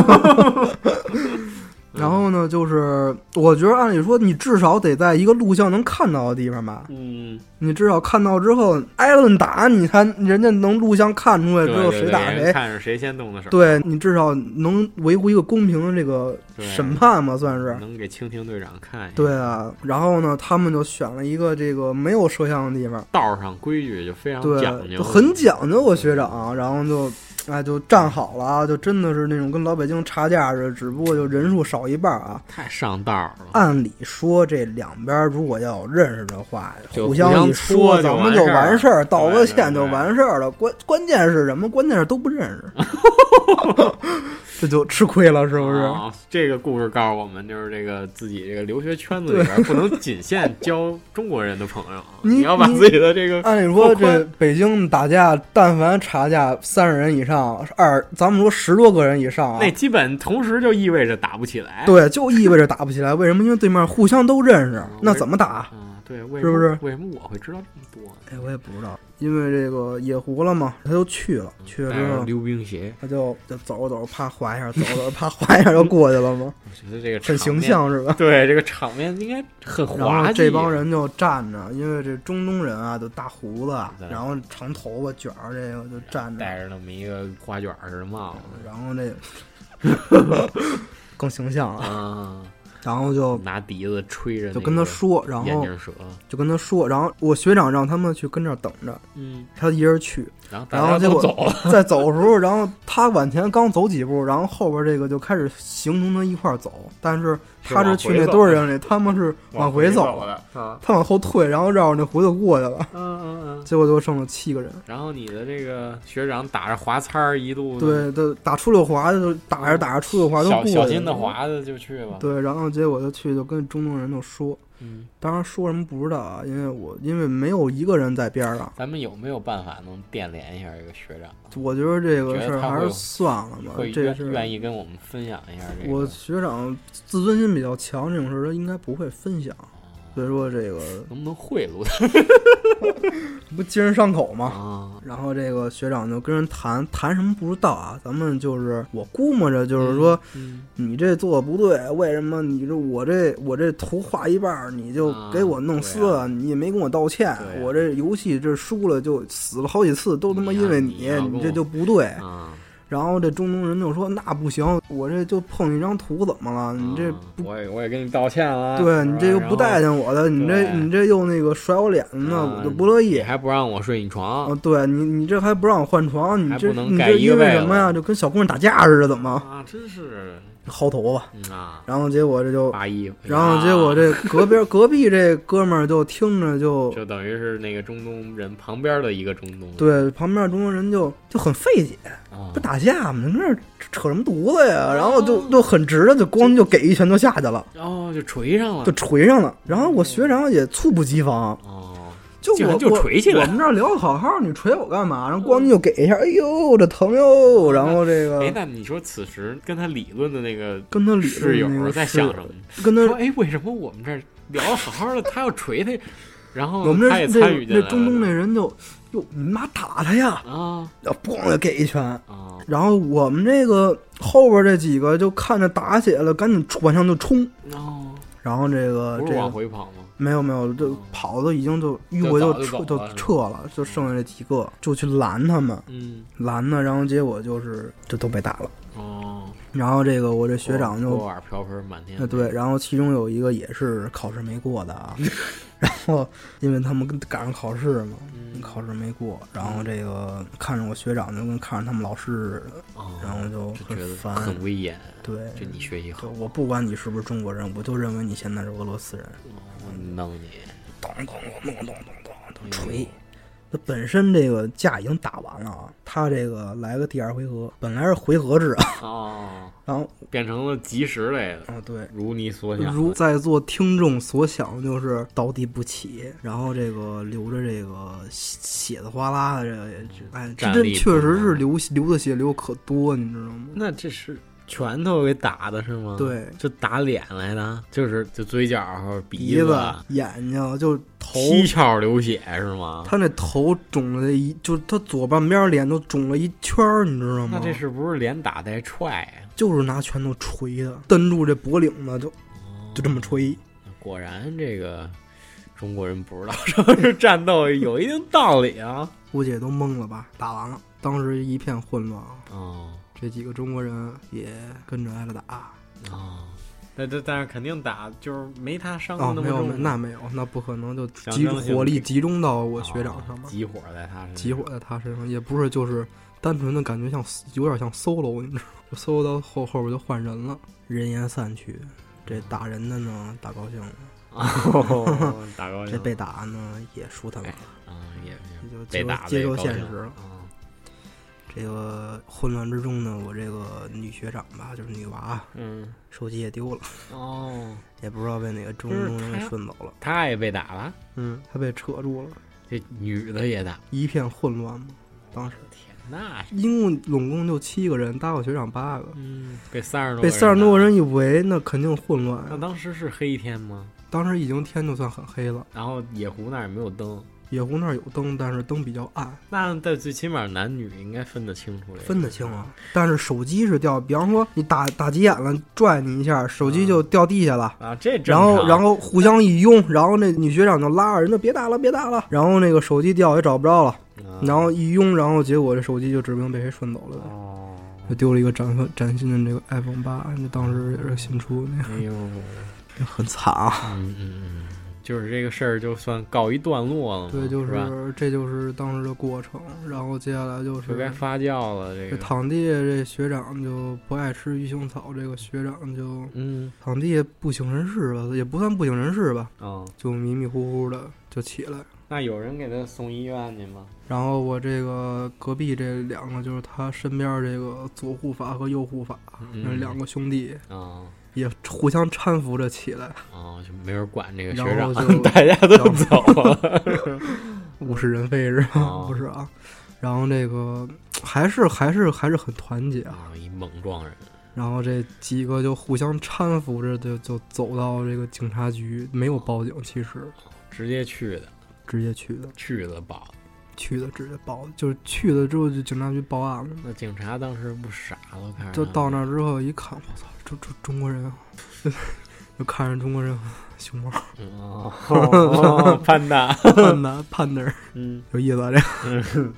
然后呢，就是我觉得按理说，你至少得在一个录像能看到的地方吧，
嗯，
你至少看到之后挨顿打，你才人家能录像看出来
对
之后
对
谁
对
打
人
谁。
看是谁先动的手，
对你至少能维护一个公平的这个
对
审判嘛，算是。
能给蜻蜓队长看一下。
对啊，然后呢，他们就选了一个这个没有摄像的地方，
道上规矩就非常讲
对，
究，
就很讲究。我学长，然后就，哎，就站好了啊，就真的是那种跟老北京查价似的，只不过就人数少一半啊。
太上道了。
按理说，这两边如果要有认识的话，
就
互
互相
一
说
说，
就
咱
完
们就
事儿了
完事儿，道
对
个
对
歉就
对
完事儿了。关关键是什么？关键是都不认识， 这就吃亏了，是不是？
啊这个故事告诉我们，就是这个自己这个留学圈子里边不能仅限交中国人的朋友，
你
你要把
你啊
自己的这个
按理说，
拓宽
这北京打架，但凡查价三十人以上，二咱们说十多个人以上啊
那，基本同时就意味着打不起来。
对，就意味着打不起来。为什么？因为对面互相都认识
嗯，
那怎么打？
啊，对，为
是不
什
是
么为什么我会知道这么多呢？
哎，我也不知道，因为这个野狐了嘛，他就去了，去了之
带着
后，
溜冰鞋，
他就就走着走着，啪滑一下，走着走着，啪滑一下就过去 了嘛，
我觉得这个
很
场
形
面。
象是吧？
对，这个场面应该很
然后
滑稽。
这帮人就站着，因为这中东人啊，就大胡子啊
对，
然后长头发卷儿，这个就站着，
戴着那么一个花卷似的帽子
然后这更形象 了，
啊，
然后就
拿笛子吹着那个
就跟他说，然
眼
后
镜蛇，
就跟他说，然后我学长让他们去跟这儿等着，
嗯，
他一人去，
然后大
然
家
后结
都
果
走了，
在走的时候，然后他往前刚走几步，然后后边这个就开始形同他一块儿走，但是他是去那堆儿人里，他们是往回走，
的啊，
他往后退，然后绕着那胡子过去了，
嗯嗯嗯。
结果就剩了七个人。
然后你的这个学长打着滑擦儿一路
对，都打出溜滑的，就打着打着出溜滑都过
小
去
小
了。
心的。滑的就去了，
对，然后结果就去就跟中东人就说，
嗯，
当然说什么不知道啊，因为我因为没有一个人在边儿上，
咱们有没有办法能电联一下这个学长？
我觉得这个
觉得
事儿
他
还
会
是算了吧
会，
这
愿
事儿
愿意跟我们分享一下这个？
我学长自尊心比较强，这种事儿他应该不会分享，
哦
所以说这个
能不能贿赂他
不揭人伤口吗？
啊？
然后这个学长就跟人谈谈什么不知道啊，咱们就是我估摸着就是说、
嗯，
你这做的不对，为什么你这我这我这图画一半儿你就
啊
给我弄撕
对
了，你也没跟我道歉，
对啊
我这游戏这输了就死了好几次，都他妈
你呀
因为
你
你，
要跟
你
我
这就不对。
啊，
然后这中东人就说那不行，我这就碰一张图怎么了？ 你这
啊我也我也跟你道歉了，
对你这又不待
带，
见我的，你这
啊对
你这又那个甩我脸
然
呢
后，
我就不乐意
啊你。还不让我睡你床
啊，对你你这还不让我换床，你
还
这
不能
你
盖
这
一个
因为
被
什么呀？
子
就跟小姑娘打架似的，怎么
啊？真 是
薅头发？
嗯啊，
然后结果这就，
扒衣服，
然后结果
啊
这隔边隔壁这哥们儿就听着就
就等于是那个中东人旁边的一个中东，
对旁边中国人就就很费解，
啊
不，打架吗？你跟这儿扯什么犊子呀？然后就
哦
就很直的就咣就给一拳就下去了，
然后哦就锤上了
就，捶上了。然后我学长也猝不及防，
哦，
就
竟然
我
就
我
捶起来
我们这儿聊得好好，你捶我干嘛？然后咣就给一下，哎呦，这疼哟！然后这
哎，
个
那你说此时跟他理论的那个
跟他理
室
论那
友
个
在
室
想
友
什么？
跟
说
他
哎，为什么我们这儿聊的好好的，他要锤他，然后
我们
他也
这
参与
这
进来
这
了
中东那人就哟，你妈打他呀！
啊
然后咣就给一拳。
啊
然后我们这个后边这几个就看着打起来了，赶紧往上就冲。
哦，
然后这个
不
呃这
是往
个
回跑吗？
没有没有，就
哦
跑的已经就迂
就
回就
早就
撤
走
就
了是吧
撤了，就剩下这几个就去拦他们，
嗯
拦呢，然后结果就是就都被打了。
哦，
然后这个我这学长就
锅碗瓢盆满天
啊，对，然后其中有一个也是考试没过的 啊，然后因为他们跟赶上考试嘛，
嗯
考试没过，然后这个看着我学长就跟看着他们老师似的，
哦，
然后就
就觉
很
得
烦，
很威严，
对，
就你学习好
就，我不管你是不是中国人，我就认为你现在是俄罗斯人，
我弄你，
咚咚咚咚咚咚咚
哎呦
咚锤。他本身这个架已经打完了啊，他这个来个第二回合，本来是回合制啊，
哦，
然后
变成了及时类的，
啊对，
如你所想的，
如在座听众所想，就是倒地不起，然后这个流着这个血血的哗啦的，这个哎，这
站
这
立不
确实
稳
是流流的血流可多，你知道吗？
那这是拳头给打的是吗？，
对，
就打脸来的，就是就嘴角、
鼻
子、
眼睛就头，
七窍流血是吗？
他那头肿了一，就他左半边脸都肿了一圈儿，你知道吗？
那这是不是连打带踹啊呀？
就是拿拳头捶的，蹬住这脖领子就
哦
就这么捶。
果然这个中国人不知道什么是战斗，有一定道理啊。
估计也都懵了吧？打完了，当时一片混乱啊，
哦
这几个中国人也跟着挨了打。
哦，但但但是肯定打，就是没他伤
哦，
的那么
没有，没有
重。
那没有，那不可能就
象
集
征性
火力
的
集中到我学长上
啊
吧？
集火在他身上，
集火在他身上，也不是就是单纯的感觉像有点像 solo，你知道吗，就 solo 到后后边就换人了，人言散去。这打人的呢，打高兴了；
哦，打高
这
兴
被打呢，也舒坦了，
啊，也也
就接
被
受
打
接
得
受
高
现
兴
实了。
啊
这个混乱之中呢，我这个女学长吧，就是女娃，啊
嗯
手机也丢了，
哦，
也不知道被哪个中
不是
中人
她
给顺走了。
他也被打了，
嗯，她被扯住了，
这女的也打，
一片混乱嘛。当时
天，那是
一共总共就七个人，搭我学长八个，
嗯，被三十多
被
个
三十多个
打。
人一围，那肯定混乱
那
啊。
当时是黑天吗？
当时已经天就算很黑了，
然后野狐那儿也没有灯，
野狐那儿有灯，但是灯比较暗，
那但最起码男女应该分得清楚这个，
分得清啊。但是手机是掉，比方说你打打急眼了，拽你一下，手机就掉地下了。
啊，这正
然后，
常
然后互相一拥，然后那女学长就拉着人家别打了，别打了。然后那个手机掉也找不着了，
啊
然后一拥，然后结果这手机就指不定被谁顺走了呗，
哦，
就丢了一个崭新崭新的这个 iPhone 八，那当时也是新出，那
哎呦，
个很惨啊。
嗯嗯嗯，就是这个事儿就算告一段落了嘛，
对，就是
吧
是这就是当时的过程，然后接下来就
就该
是。
发酵了，这
这
个
堂弟这学长就不爱吃鱼腥草，这个学长就
嗯
堂弟不省人事吧，也不算不省人事吧，
哦，
就迷迷糊糊的就起来，
那有人给他送医院去吗？
然后我这个隔壁这两个就是他身边这个左护法和右护法，
嗯
那两个兄弟
啊
也互相搀扶着起来，
啊，就没人管这个学
然
长
后，就
大家都走了。
物是人非是吧？
哦
不是啊，然后这个还是还是还是很团结啊，
啊，一猛撞人，
然后这几个就互相搀扶着就就走到这个警察局，没有报警，其实
直接去的，
直接去的，
去了吧？
去的直接报，就是去了之后就警察局报案了。
那警察当时不傻了，看着
就
他
到那儿之后一看，我操，这这中国人啊， 就看着中国人啊熊猫
嗯 哦 哦，潘达，
盼的盼的人，
嗯，
有意思啊，这个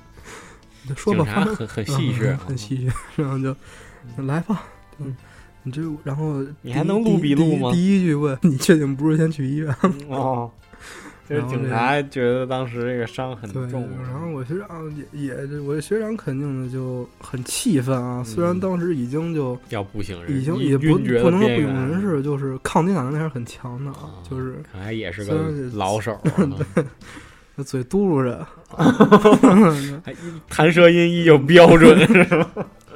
你就 说吧，
警
反
察
正
很很戏谑啊
嗯， 很戏谑，然后就来吧，
嗯
你这然后
你还能录笔录吗
第一第一第一句问你确定不是先去医院？
哦，就是警察觉得当时这个伤很
对，
重，
然后我学长也也，我学长肯定的就很气愤啊，虽然
嗯
当时已经就。
要不省人，
已经
晕
也不
晕厥
不
的
能说不
边
有
缘
人士，就是抗击打能力还是很强的，啊
啊，
就是
看来也是
虽
个
然是
老手啊，
那嘴嘟噜着，
还一弹舌音一有标准，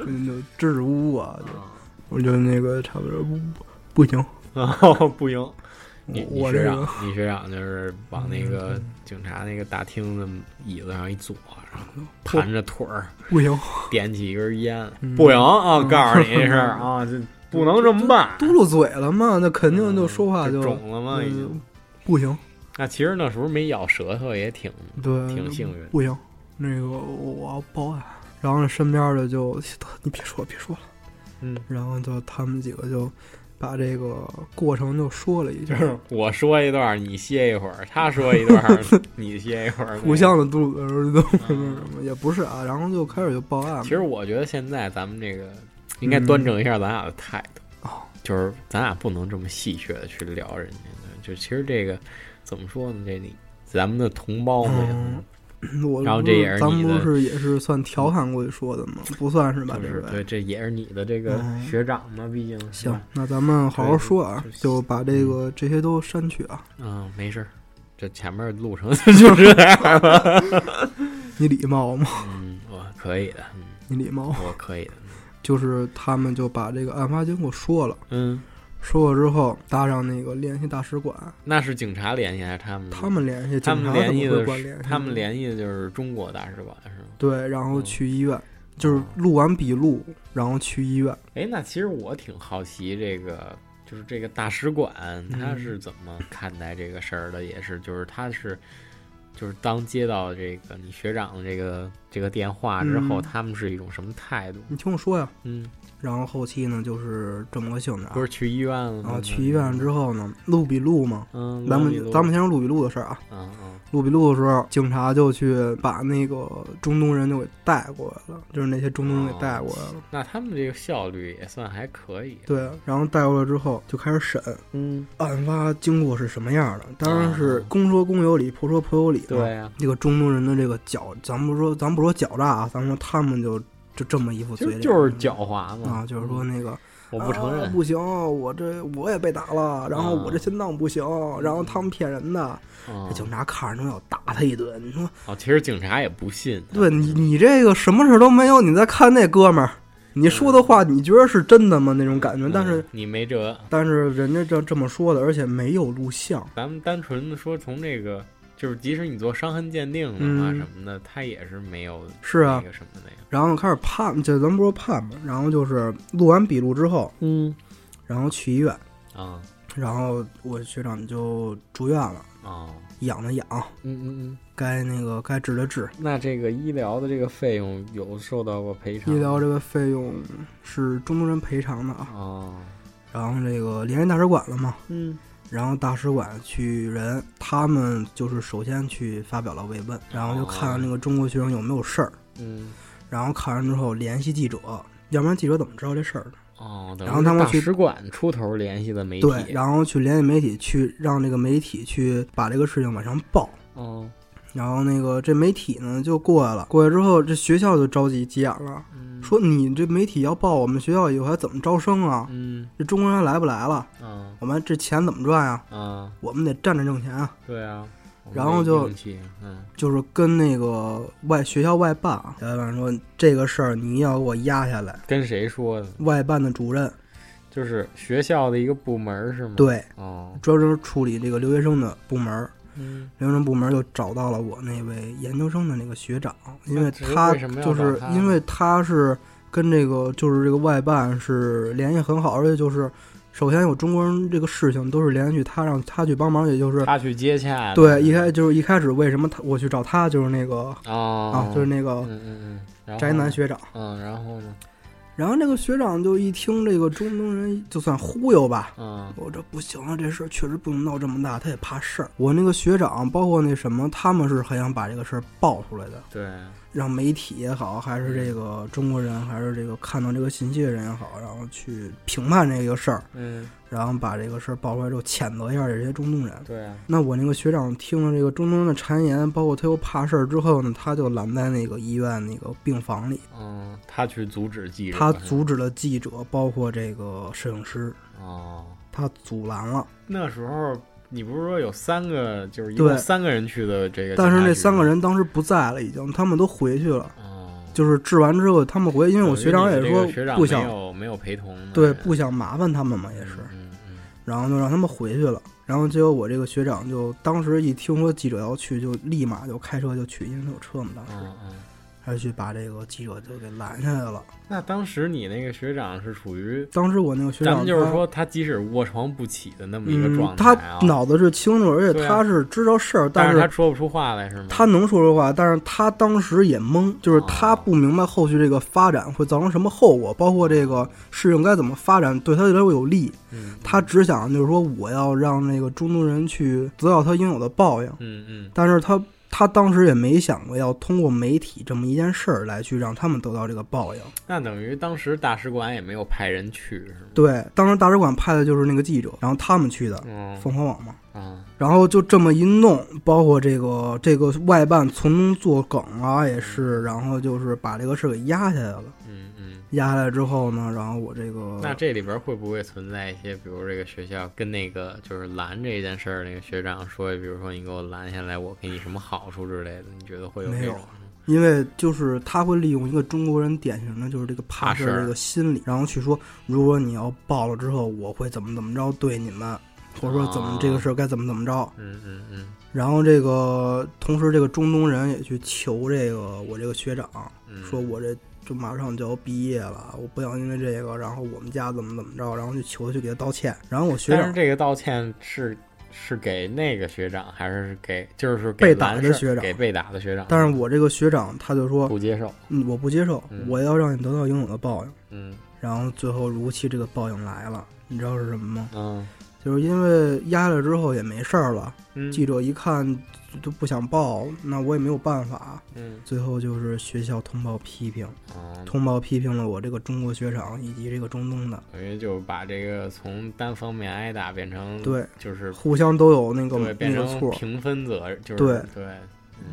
嗯就支支吾吾啊，就我就那个差不多不不行，
哦，不行。你
我
你
这
学
个
长，你学长就是往那个警察那个大厅的椅子上一坐，然后盘着腿儿，
不行，
点起一根烟
嗯，
不行啊！
嗯
告诉你一声 啊，这不能这么办，
嘟噜嘴了嘛，那肯定就说话
嗯
就
肿了嘛，已经
嗯。不行，
那其实那时候没咬舌头也挺
对，
挺幸运的
不行，那个我要报案，然后身边的就得你别说了别说了，
嗯，
然后就他们几个就把这个过程就说了一下，
我说一段儿，你歇一会儿；他说一段儿， 你歇一会儿。
互相的嘟噜嘟噜
啊
什么什么，也不是啊，然后就开始就报案嘛。
其实我觉得现在咱们这个应该端正一下咱俩的态度，
哦
就是咱俩不能这么戏谑的去聊人家的。就其实这个怎么说呢？这里咱们的同胞们
嗯，我
然后
不
这也是
咱
你
们
的
不是也是算调侃过去说的吗？不算是吧？
就
这
是
位
对，这也是你的这个
嗯
学长嘛，毕竟是
行
吧，
那咱们好好说啊
对，嗯就是
就把这个这些都删去啊。
嗯，没事儿，这前面路程 就是这样了。
你礼貌吗？
嗯，我可以的，嗯，
你礼貌。
我可 以的，
就是他们就把这个案发经过说了，
嗯。
说了之后搭上那个联系大使馆，
那是警察联系还是他们呢？
他们联系，
他
警
们
察
联
怎么
系
会
的
管
是
联系？
他们联系的就是中国大使馆是吗？
对，然后去医院，就是录完笔录，然后去医院。
哎，那其实我挺好奇这个。就是这个大使馆，他
嗯
是怎么看待这个事儿的？也是，就是他是，就是当接到这个你学长的这个这个电话之后，
嗯
他们是一种什么态度？
你听我说呀。
嗯，
然后后期呢，就是这么个性质啊
不。是去医院了吗？
然后去医院之后呢，录笔录嘛。
嗯，
咱
录一录
们咱们先说录笔录的事儿啊。
嗯嗯
录笔录的时候，警察就去把那个中东人就给带过来了，就是那些中东人给带过来了。
那他们这个效率也算还可以。
对，然后带过来之后就开始审
嗯，
案发经过是什么样的，当然是
啊
公说公有理，婆说婆有理嘛。
对呀、
这个中东人的这个狡，咱不说，咱不说狡诈啊，咱说他们就就这么一副
其
嘴
实
脸，嗯
就是狡猾嘛。
啊，就是说
嗯，
那个
我不承认
啊。不行，我这我也被打了，然后
啊
我这心脏不行，然后他们骗人的，
嗯
这警察看着都要打他一顿。你说，
哦，其实警察也不信。
对你你这个什么事儿都没有，你再看那哥们儿，你说的话你觉得是真的吗？那种感觉，
嗯
但是
你没辙，
但是人家这这么说的，而且没有录像，
咱们单纯的说，从这个就是，即使你做伤痕鉴定的话
嗯
什么的，他也是没有
是啊
那。个什么那个。
然后开始判，就咱不说判吧，然后就是录完笔录之后，
嗯
然后去医院，
啊
然后我学长就住院了，
哦
养的养，
嗯嗯嗯。
该那个该治的治。
那这个医疗的这个费用有受到过赔偿
医
吗？
疗这个费用是中东人赔偿的啊。
哦
然后这个联系大使馆了嘛，
嗯
然后大使馆去人，他们就是首先去发表了慰问，然后就看那个中国学生有没有事儿，
嗯
然后看完之后联系记者，要不然记者怎么知道这事儿呢？
哦，等于
然后他们
是大
去
使馆出头联系的媒体。啊
对，然后去联系媒体，去让这个媒体去把这个事情往上报。
哦
然后那个这媒体呢就过来了，过来之后这学校就着急急眼了，
嗯
说你这媒体要报我们学校以后还怎么招生啊？
嗯
这中国人还来不来了？
啊
我们这钱怎么赚呀、
啊
我们得站着挣钱啊！
对啊。我们
然后
得
就
硬气嗯
就是跟那个外学校外办啊，老板说这个事儿你要给我压下来。
跟谁说的？
外办的主任
就是学校的一个部门儿是吗？
对
哦
专门处理这个留学生的部门儿，
嗯
留学生部门儿就找到了我那位研究生的那个学长，因为
那是
他
为什么要
就
找
是
他
因为他是跟这个就是这个外办是联系很好，而且就是首先有中国人这个事情都是联系去他让他去帮忙，也就是
他去接洽的
对一开就是一开始为什么他我去找他就是那个
哦
啊，就是那个
嗯嗯嗯然后
宅男
呢
学长。
嗯，然后呢
然后这个学长就一听这个中东人，就算忽悠吧，
嗯
我、这不行啊，这事儿确实不能闹这么大，他也怕事儿。我那个学长，包括那什么，他们是很想把这个事儿爆出来的，
对
让媒体也好，还是这个中国人，还是这个看到这个信息的人也好，然后去评判这个事儿，
嗯
然后把这个事儿爆出来之后，谴责一下这些中东人。
对啊
那我那个学长听了这个中东人的谗言，包括他又怕事儿之后呢，他就拦在那个医院那个病房里，
嗯，他去阻止记者
他
是吧
阻止了记者，包括这个摄影师，
哦，
他阻拦了。
那时候你不是说有三个，就是一
对
共三个人去的这个，
但是那三个人当时不在了，已经，他们都回去了。
哦，
就是治完之后，他们回，因为我学长也
等于你这个学
说
长
不
没
想，
有没有陪同的人，
对，不想麻烦他们嘛，也是，
嗯嗯
然后就让他们回去了。然后结果我这个学长就当时一听说记者要去，就立马就开车就去，因为他有车嘛，当
嗯
时
嗯嗯。
他就去把这个记者就给拦下来了。
那当时你那个学长是处于，
当时我那个学
咱
长
们就是
他
说他即使卧床不起的那么一个
嗯
状，态
他
啊，
脑子是清楚，而
对啊
且他是知道事儿，
但
是
他说不出话来是吗？
他能说出话，但是他当时也懵，就是
啊
他不明白后续这个发展会造成什么后果，包括这个事情该怎么发展对他来说有利。
嗯
他只想就是说，我要让那个中东人去得到他应有的报应。
嗯嗯
但是他他当时也没想过要通过媒体这么一件事儿来去让他们得到这个报应。
嗯，那等于当时大使馆也没有派人去是吗？
对，当时大使馆派的就是那个记者，然后他们去的
嗯
凤凰网嘛。
啊
然后就这么一弄，包括这个这个外办从中作梗啊，也是，然后就是把这个事儿给压下来了。
嗯嗯。
压下来之后呢，然后我这个
那这里边会不会存在一些，比如这个学校跟那个就是拦这件事儿，那个学长说，比如说你给我拦下来，我给你什么好处之类的？你觉得会这
没有
种？
因为就是他会利用一个中国人典型的就是这个怕事
怕事
儿
儿
这个心理，然后去说，如果你要报了之后，我会怎么怎么着对你们，或者说怎么
啊
这个事儿该怎么怎么着。
嗯嗯嗯
然后这个同时这个中东人也去求这个我这个学长，
嗯，
说我这就马上就要毕业了，我不想因为这个，然后我们家怎么怎么着，然后就求他去给他道歉。然后我学
但是
长
这个道歉是是给那个学长，还是给就是给
被打
蓝
的
氏
学长
给被打的学长？
但是我这个学长他就说，
不接受。
嗯，我不接受，
嗯
我要让你得到应有的报应。
嗯
然后最后如期这个报应来了，你知道是什么吗？
嗯
就是因为压了之后也没事儿了，
嗯
记者一看就不想报，那我也没有办法。
嗯
最后就是学校通报批评，
哦，
通报批评了我这个中国学长以及这个中东的，
等于就把这个从单方面挨打变成
对，
就是
互相都有那个
嗯对
那
变
个
成
错。
平分责任，就是
对
对，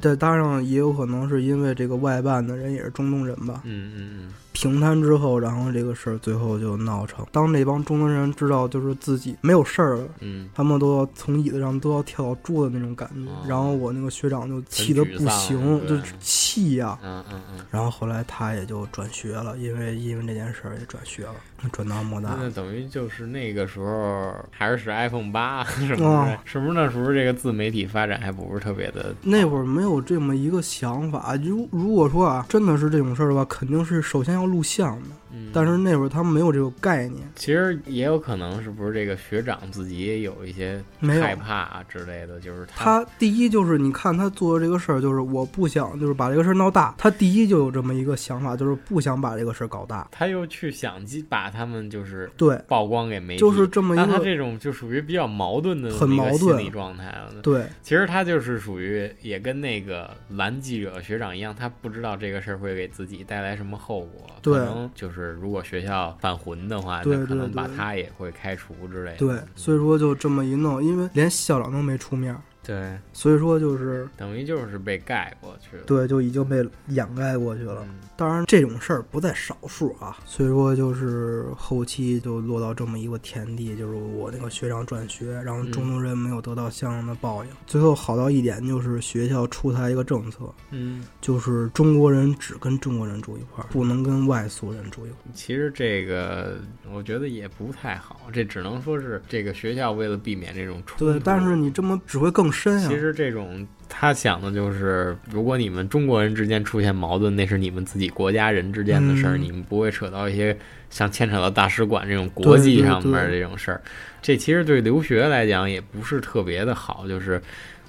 再当然也有可能是因为这个外办的人也是中东人吧，
嗯嗯
平摊之后，然后这个事儿最后就闹成，当这帮中东人知道就是自己没有事儿了。
嗯
他们都要从椅子上都要跳到桌子那种感觉，
哦
然后我那个学长就气得不
很沮
行，
丧
就
对
气呀、
嗯嗯嗯嗯。
然后后来他也就转学了，因为因为这件事儿也转学了，转到莫大。
那等于就是那个时候还是使 iPhone 八， 是不是？
哦
是不是那时候这个自媒体发展还不是特别的？
那会儿没有这么一个想法。如如果说啊，真的是这种事儿的话，肯定是首先要录像的。
嗯
但是那会儿他们没有这个概念，
其实也有可能是不是这个学长自己也有一些
没有
害怕啊之类的，就是
他第一就是你看他做的这个事儿，就是我不想就是把这个事儿闹大。他第一就有这么一个想法，就是不想把这个事儿搞大。
他又去想击把他们就是
对，
曝光给媒体，
就是这么
那
一
他
个
这种就属于比较矛盾的
很
这么一个
矛盾
心理状态了。
对
其实他就是属于也跟那个蓝记者学长一样，他不知道这个事儿会给自己带来什么后果。
对
可能就是如果学校犯浑的话，
对
那可
对
能把
对
他也会开除之类的。嗯
对，所以说就这么一弄，因为连校长都没出面儿，
对，
所以说就是
等于就是被盖过去了。
对就已经被掩盖过去了。
嗯
当然，这种事儿不在少数啊，所以说就是后期就落到这么一个田地，就是我那个学长转学，然后中
嗯
东人没有得到相应的报应。最后好到一点就是学校出台一个政策，
嗯，
就是中国人只跟中国人住一块儿，不能跟外族人住一块儿。
其实这个我觉得也不太好，这只能说是这个学校为了避免这种冲突。
对，但是你这么只会更深啊
其
呀、
实这种他想的就是，如果你们中国人之间出现矛盾，那是你们自己国家人之间的事儿，
嗯
你们不会扯到一些像牵扯到大使馆这种国际上面
对
这种事儿。这其实对留学来讲也不是特别的好，就是。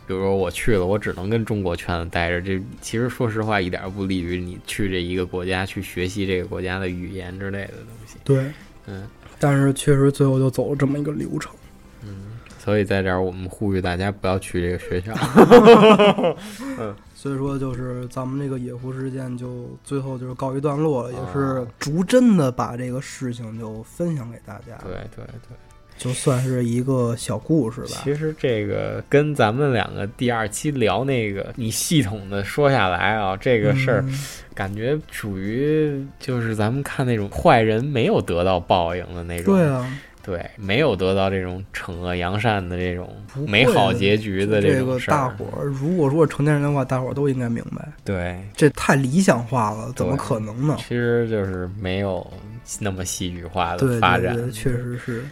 比如说我去了，我只能跟中国圈子待着，这其实说实话一点儿不利于你去这一个国家去学习这个国家的语言之类的东西。
对，
嗯，
但是确实最后就走了这么一个流程。
所以在这儿我们呼吁大家不要去这个学 校。
所以说，就是咱们这个野狐事件就最后就是告一段落了，也
啊
是逐帧的把这个事情就分享给大家，
对对对。
就算是一个小故事吧。
其实这个跟咱们两个第二期聊那个，你系统的说下来啊，这
这
个事儿
嗯
感觉属于就是咱们看那种坏人没有得到报应的那种，
对啊，
对没有得到这种惩恶扬善的这种
不会
美好结局的
这
种
个
事儿，
大
啊
伙儿，如果说成年人的话，大伙儿都应该明白，
对，
这太理想化了，怎么
对
可能呢？
其实就是没有那么戏剧化
对
的发
对
展，嗯
对，确实是。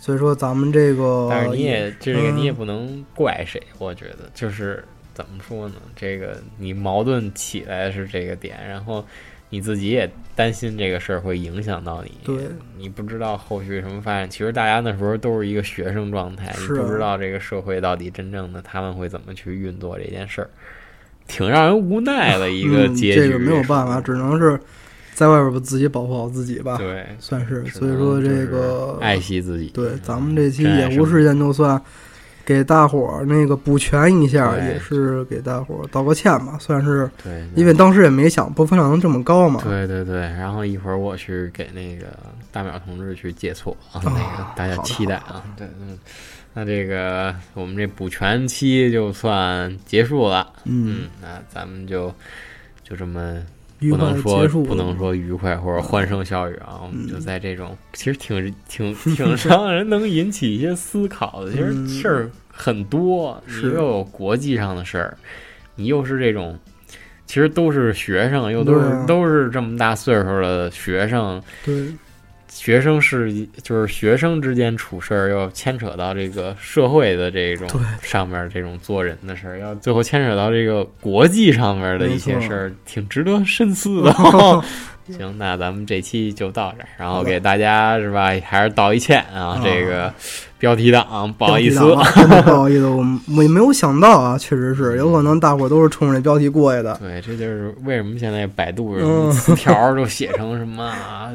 所以说，咱们这个，
但是你哦也这个
嗯
你也不能怪谁，我觉得就是怎么说呢？这个你矛盾起来是这个点，然后你自己也担心这个事儿会影响到你，
对
你不知道后续什么发展。其实大家那时候都是一个学生状态，你
是啊
不知道这个社会到底真正的他们会怎么去运作这件事儿，挺让人无奈的一个
嗯
结局。
这个没有办法，只能是在外边儿自己保护好自己吧。
对，
算是，
只
所以说
能就
这
是
个
爱惜自己。
对，咱们这期
珍爱
野
生
狐
命
事件就算给大伙儿那个补全一下，
对
也是给大伙儿道个歉吧，算是，
对，
因为当时也没想播放量能这么高嘛。嗯
对对对，然后一会儿我去给那个大淼同志去解锁啊，那个
啊
大家
好的
期待
好
啊。对，嗯，那这个我们这补全期就算结束了，
嗯，
嗯，那咱们就就这么
愉
不
快
能
地
说
结束，嗯
不能，说愉快或者欢声笑语啊，我们就在这种其实挺 挺挺让人能引起一些思考的，其实
嗯
事儿很多，你
是
又有国际上的事儿，你又是这种。其实都是学生，又都是、
对啊
都是这么大岁数的学生，
对，
学生是一就是学生之间处事儿，要牵扯到这个社会的这种
对
上面儿这种做人的事儿，要最后牵扯到这个国际上面儿的一些
没错
事儿，挺值得深思的。行，那咱们这期就到这儿，然后给大家是吧，还是道一歉啊
啊，
这个标题党不好意思，
标题党啊真的不好意思，我们我也没有想到啊，确实是有可能大伙儿都是冲着这标题过来的。
对，这就是为什么现在百度什
嗯
么词条都写成什么啊，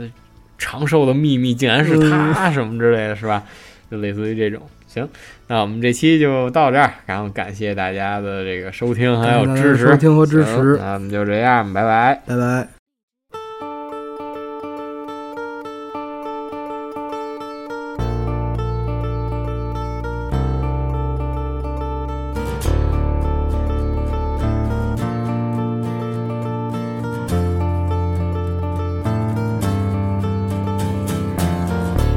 长寿的秘密竟然是
嗯
他什么之类的，是吧？就类似于这种。行，那我们这期就到这儿，然后感谢大家的这个收听还有
嗯感谢大家
哎支持
收听和支
行
持，
那我们就这样，拜拜。
拜拜。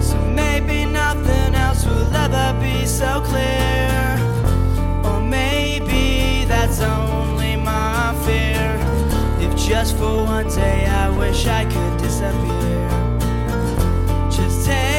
So maybe nothing else will ever be so clear. Or maybe that's only my fear. If just for one day I wish I could disappear. Just take